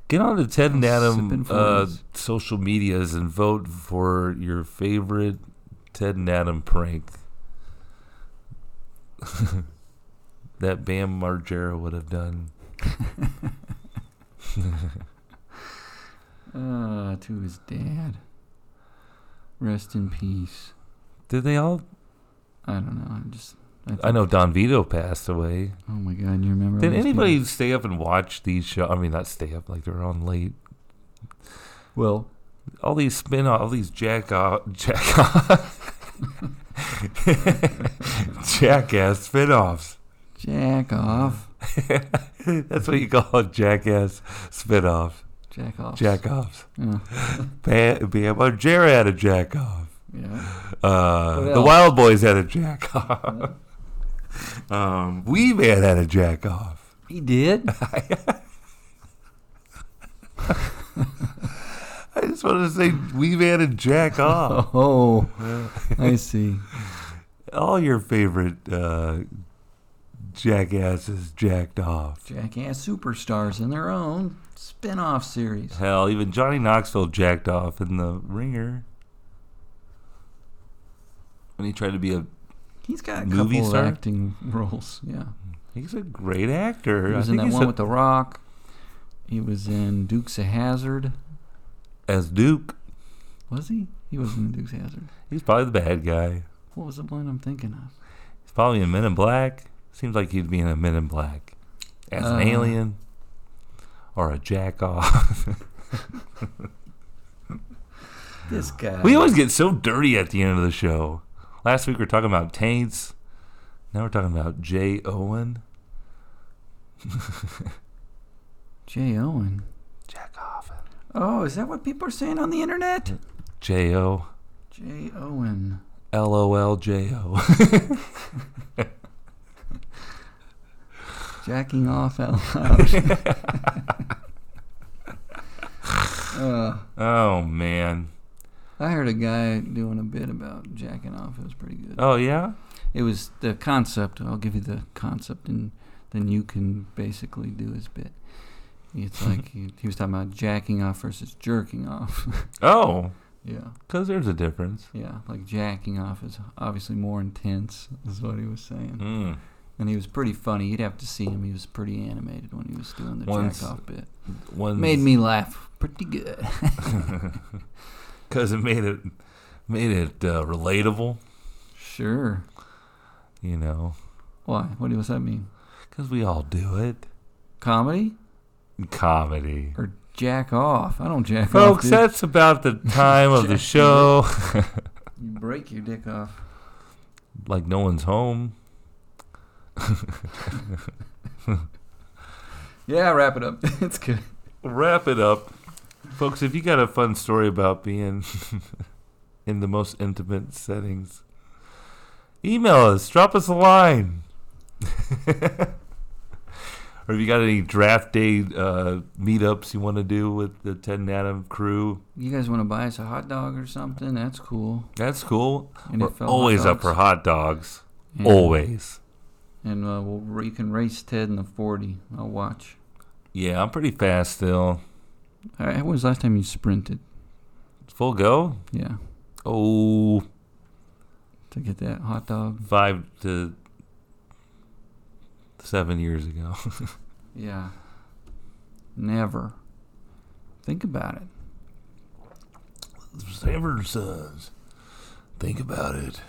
Speaker 1: Get on to Ted and Adam
Speaker 2: Sipping
Speaker 1: uh,
Speaker 2: forties.
Speaker 1: social medias and vote for your favorite Ted and Adam prank. that Bam Margera would have done.
Speaker 2: Uh, to his dad. Rest in peace.
Speaker 1: Did they all?
Speaker 2: I don't know. I'm just.
Speaker 1: I
Speaker 2: think-
Speaker 1: know Don Vito passed away.
Speaker 2: Oh my God! You remember?
Speaker 1: Did
Speaker 2: all these
Speaker 1: anybody
Speaker 2: people?
Speaker 1: stay up and watch these shows? I mean, not stay up like they're on late.
Speaker 2: Well,
Speaker 1: All these spin off, all these jack off, jack off, jackass spin offs.
Speaker 2: jack off.
Speaker 1: That's what you call a jackass spinoff.
Speaker 2: Jack off. Uh,
Speaker 1: Jack offs.
Speaker 2: Yeah.
Speaker 1: Bam, Bam Margera had a jack off.
Speaker 2: yeah.
Speaker 1: Uh,
Speaker 2: What
Speaker 1: the
Speaker 2: else?
Speaker 1: Wild Boys had a jack off. um, Wee Man had a jack off.
Speaker 2: He did?
Speaker 1: I just wanted to say Wee Man and jack off.
Speaker 2: Oh, I see.
Speaker 1: All your favorite uh, jackasses jacked off.
Speaker 2: Jackass superstars in their own spin off series.
Speaker 1: Hell, even Johnny Knoxville jacked off in the ringer. When he tried to be a.
Speaker 2: He's got a
Speaker 1: Movie
Speaker 2: couple
Speaker 1: star?
Speaker 2: of acting roles. Yeah.
Speaker 1: He's a great actor.
Speaker 2: He was
Speaker 1: I
Speaker 2: in
Speaker 1: think he's
Speaker 2: that one
Speaker 1: a-
Speaker 2: with The Rock. He was in Dukes of Hazard.
Speaker 1: as Duke.
Speaker 2: Was he? He was in Dukes of Hazard.
Speaker 1: He's probably the bad guy.
Speaker 2: What was the one I'm thinking of?
Speaker 1: He's probably in Men in Black. Seems like he'd be in a Men in Black as
Speaker 2: Uh.
Speaker 1: an alien or a jackoff.
Speaker 2: This guy.
Speaker 1: We always get so dirty at the end of the show. Last week we were talking about taints. Now we're talking about Jay Owen.
Speaker 2: Jay Owen.
Speaker 1: Jackoff.
Speaker 2: Oh, is that what people are saying on the internet?
Speaker 1: J O
Speaker 2: Jay Owen.
Speaker 1: L O L J O.
Speaker 2: Jacking off out loud. uh,
Speaker 1: Oh man.
Speaker 2: I heard a guy doing a bit about jacking off. It was pretty good.
Speaker 1: Oh yeah.
Speaker 2: It was the concept. I'll give you the concept, and then you can basically do his bit. It's like he, he was talking about jacking off versus jerking off.
Speaker 1: Oh,
Speaker 2: yeah,
Speaker 1: 'cause there's a difference.
Speaker 2: yeah. Like jacking off is obviously more intense, is what he was saying.
Speaker 1: Mm.
Speaker 2: And he was pretty funny. You'd have to see him. He was pretty animated when he was doing the
Speaker 1: Once-
Speaker 2: jack off bit.
Speaker 1: One's-
Speaker 2: Made me laugh pretty good.
Speaker 1: Cause it made it made it uh, relatable.
Speaker 2: sure.
Speaker 1: You know.
Speaker 2: Why? What does that mean?
Speaker 1: Because we all do it.
Speaker 2: Comedy
Speaker 1: Comedy.
Speaker 2: or jack off? I don't jack off.
Speaker 1: Folks,
Speaker 2: dude.
Speaker 1: that's about the time of the
Speaker 2: Jack
Speaker 1: show.
Speaker 2: You break your dick off.
Speaker 1: Like, no one's home.
Speaker 2: Yeah, wrap it up. it's good.
Speaker 1: Wrap it up. Folks, if you got a fun story about being in the most intimate settings, email us, drop us a line. or if you got any draft day uh, meetups you want to do with the Ted and Adam crew,
Speaker 2: You guys want to buy us a hot dog or something? That's cool.
Speaker 1: that's cool. We're
Speaker 2: NFL hot
Speaker 1: always up
Speaker 2: dogs.
Speaker 1: for hot dogs. Mm-hmm.
Speaker 2: And-
Speaker 1: Always.
Speaker 2: And uh, we'll, you can race Ted in the 40. I'll watch.
Speaker 1: Yeah, I'm pretty fast still.
Speaker 2: All right, when was the last time you sprinted?
Speaker 1: Full go?
Speaker 2: Yeah,
Speaker 1: Oh,
Speaker 2: to get that hot dog.
Speaker 1: five to seven years ago.
Speaker 2: Yeah. Never. Think about it.
Speaker 1: Sanford says, think about it.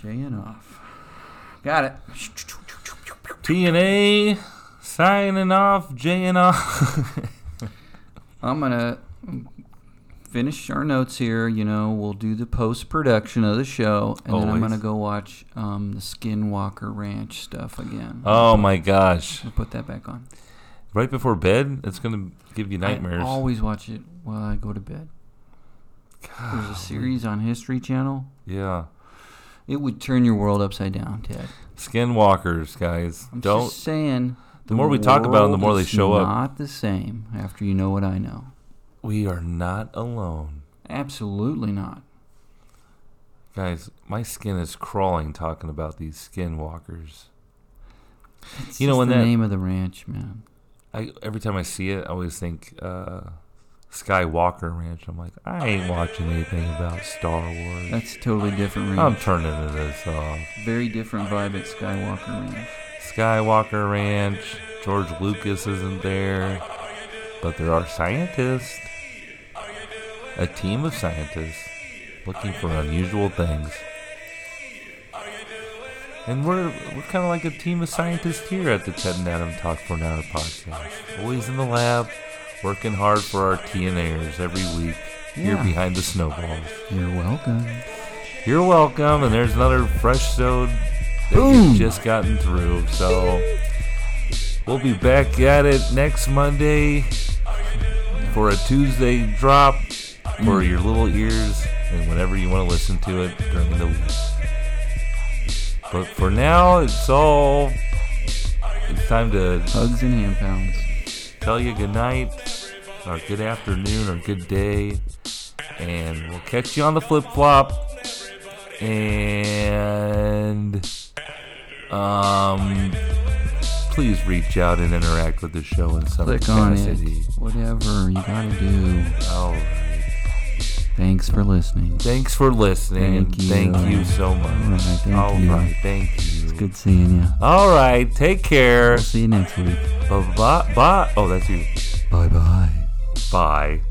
Speaker 2: Jaying off. Got it.
Speaker 1: TNA signing off, J and off.
Speaker 2: I'm going to finish our notes here. You know, we'll do the post production of the show. And then I'm
Speaker 1: Always.
Speaker 2: going to go watch um, the Skinwalker Ranch stuff again.
Speaker 1: Oh my gosh.
Speaker 2: I'll put that back on.
Speaker 1: Right before bed, it's going to give you nightmares.
Speaker 2: I always watch it while I go to bed. There's a series on History Channel.
Speaker 1: Yeah.
Speaker 2: It would turn your world upside down, Ted.
Speaker 1: Skinwalkers, guys.
Speaker 2: I'm
Speaker 1: Don't.
Speaker 2: just saying.
Speaker 1: The more we talk about 'em, the more they show up.
Speaker 2: Not the same after you know what I know.
Speaker 1: We are not alone.
Speaker 2: Absolutely not.
Speaker 1: Guys, my skin is crawling talking about these skinwalkers.
Speaker 2: It's
Speaker 1: You know,
Speaker 2: just
Speaker 1: when
Speaker 2: the
Speaker 1: that-
Speaker 2: name of the ranch, man.
Speaker 1: I every time I see it, I always think uh, Skywalker Ranch. I'm like, I ain't watching anything about Star Wars.
Speaker 2: That's a totally different ranch.
Speaker 1: I'm turning to this off.
Speaker 2: Very different vibe at Skywalker Ranch.
Speaker 1: Skywalker Ranch. George Lucas isn't there, but there are scientists. A team of scientists looking for unusual things. And we're we're kind of like a team of scientists here at the Ted and Adam Talk for an Hour podcast. Always in the lab, working hard for our TNAers every week. Here
Speaker 2: Yeah.
Speaker 1: behind the snowballs.
Speaker 2: You're welcome.
Speaker 1: You're welcome, and there's another fresh sewed Boom. Just gotten through. So we'll be back at it next Monday for a Tuesday drop for your little ears and whenever you want to listen to it during the week. But for now, it's all. It's time to
Speaker 2: Hugs and hand pounds.
Speaker 1: tell you good night, or good afternoon, or good day, and we'll catch you on the flip flop. And um, please reach out and interact with the show in some
Speaker 2: Click on it.
Speaker 1: capacity.
Speaker 2: Whatever you gotta do.
Speaker 1: All right.
Speaker 2: Thanks for listening.
Speaker 1: Thanks for listening.
Speaker 2: Thank you.
Speaker 1: Thank you so much.
Speaker 2: All right, thank
Speaker 1: All
Speaker 2: you.
Speaker 1: right, thank you.
Speaker 2: Good seeing you.
Speaker 1: All right, take care.
Speaker 2: We'll see you next week.
Speaker 1: Bye bye. bye. Oh, that's you.
Speaker 2: Bye bye.
Speaker 1: Bye.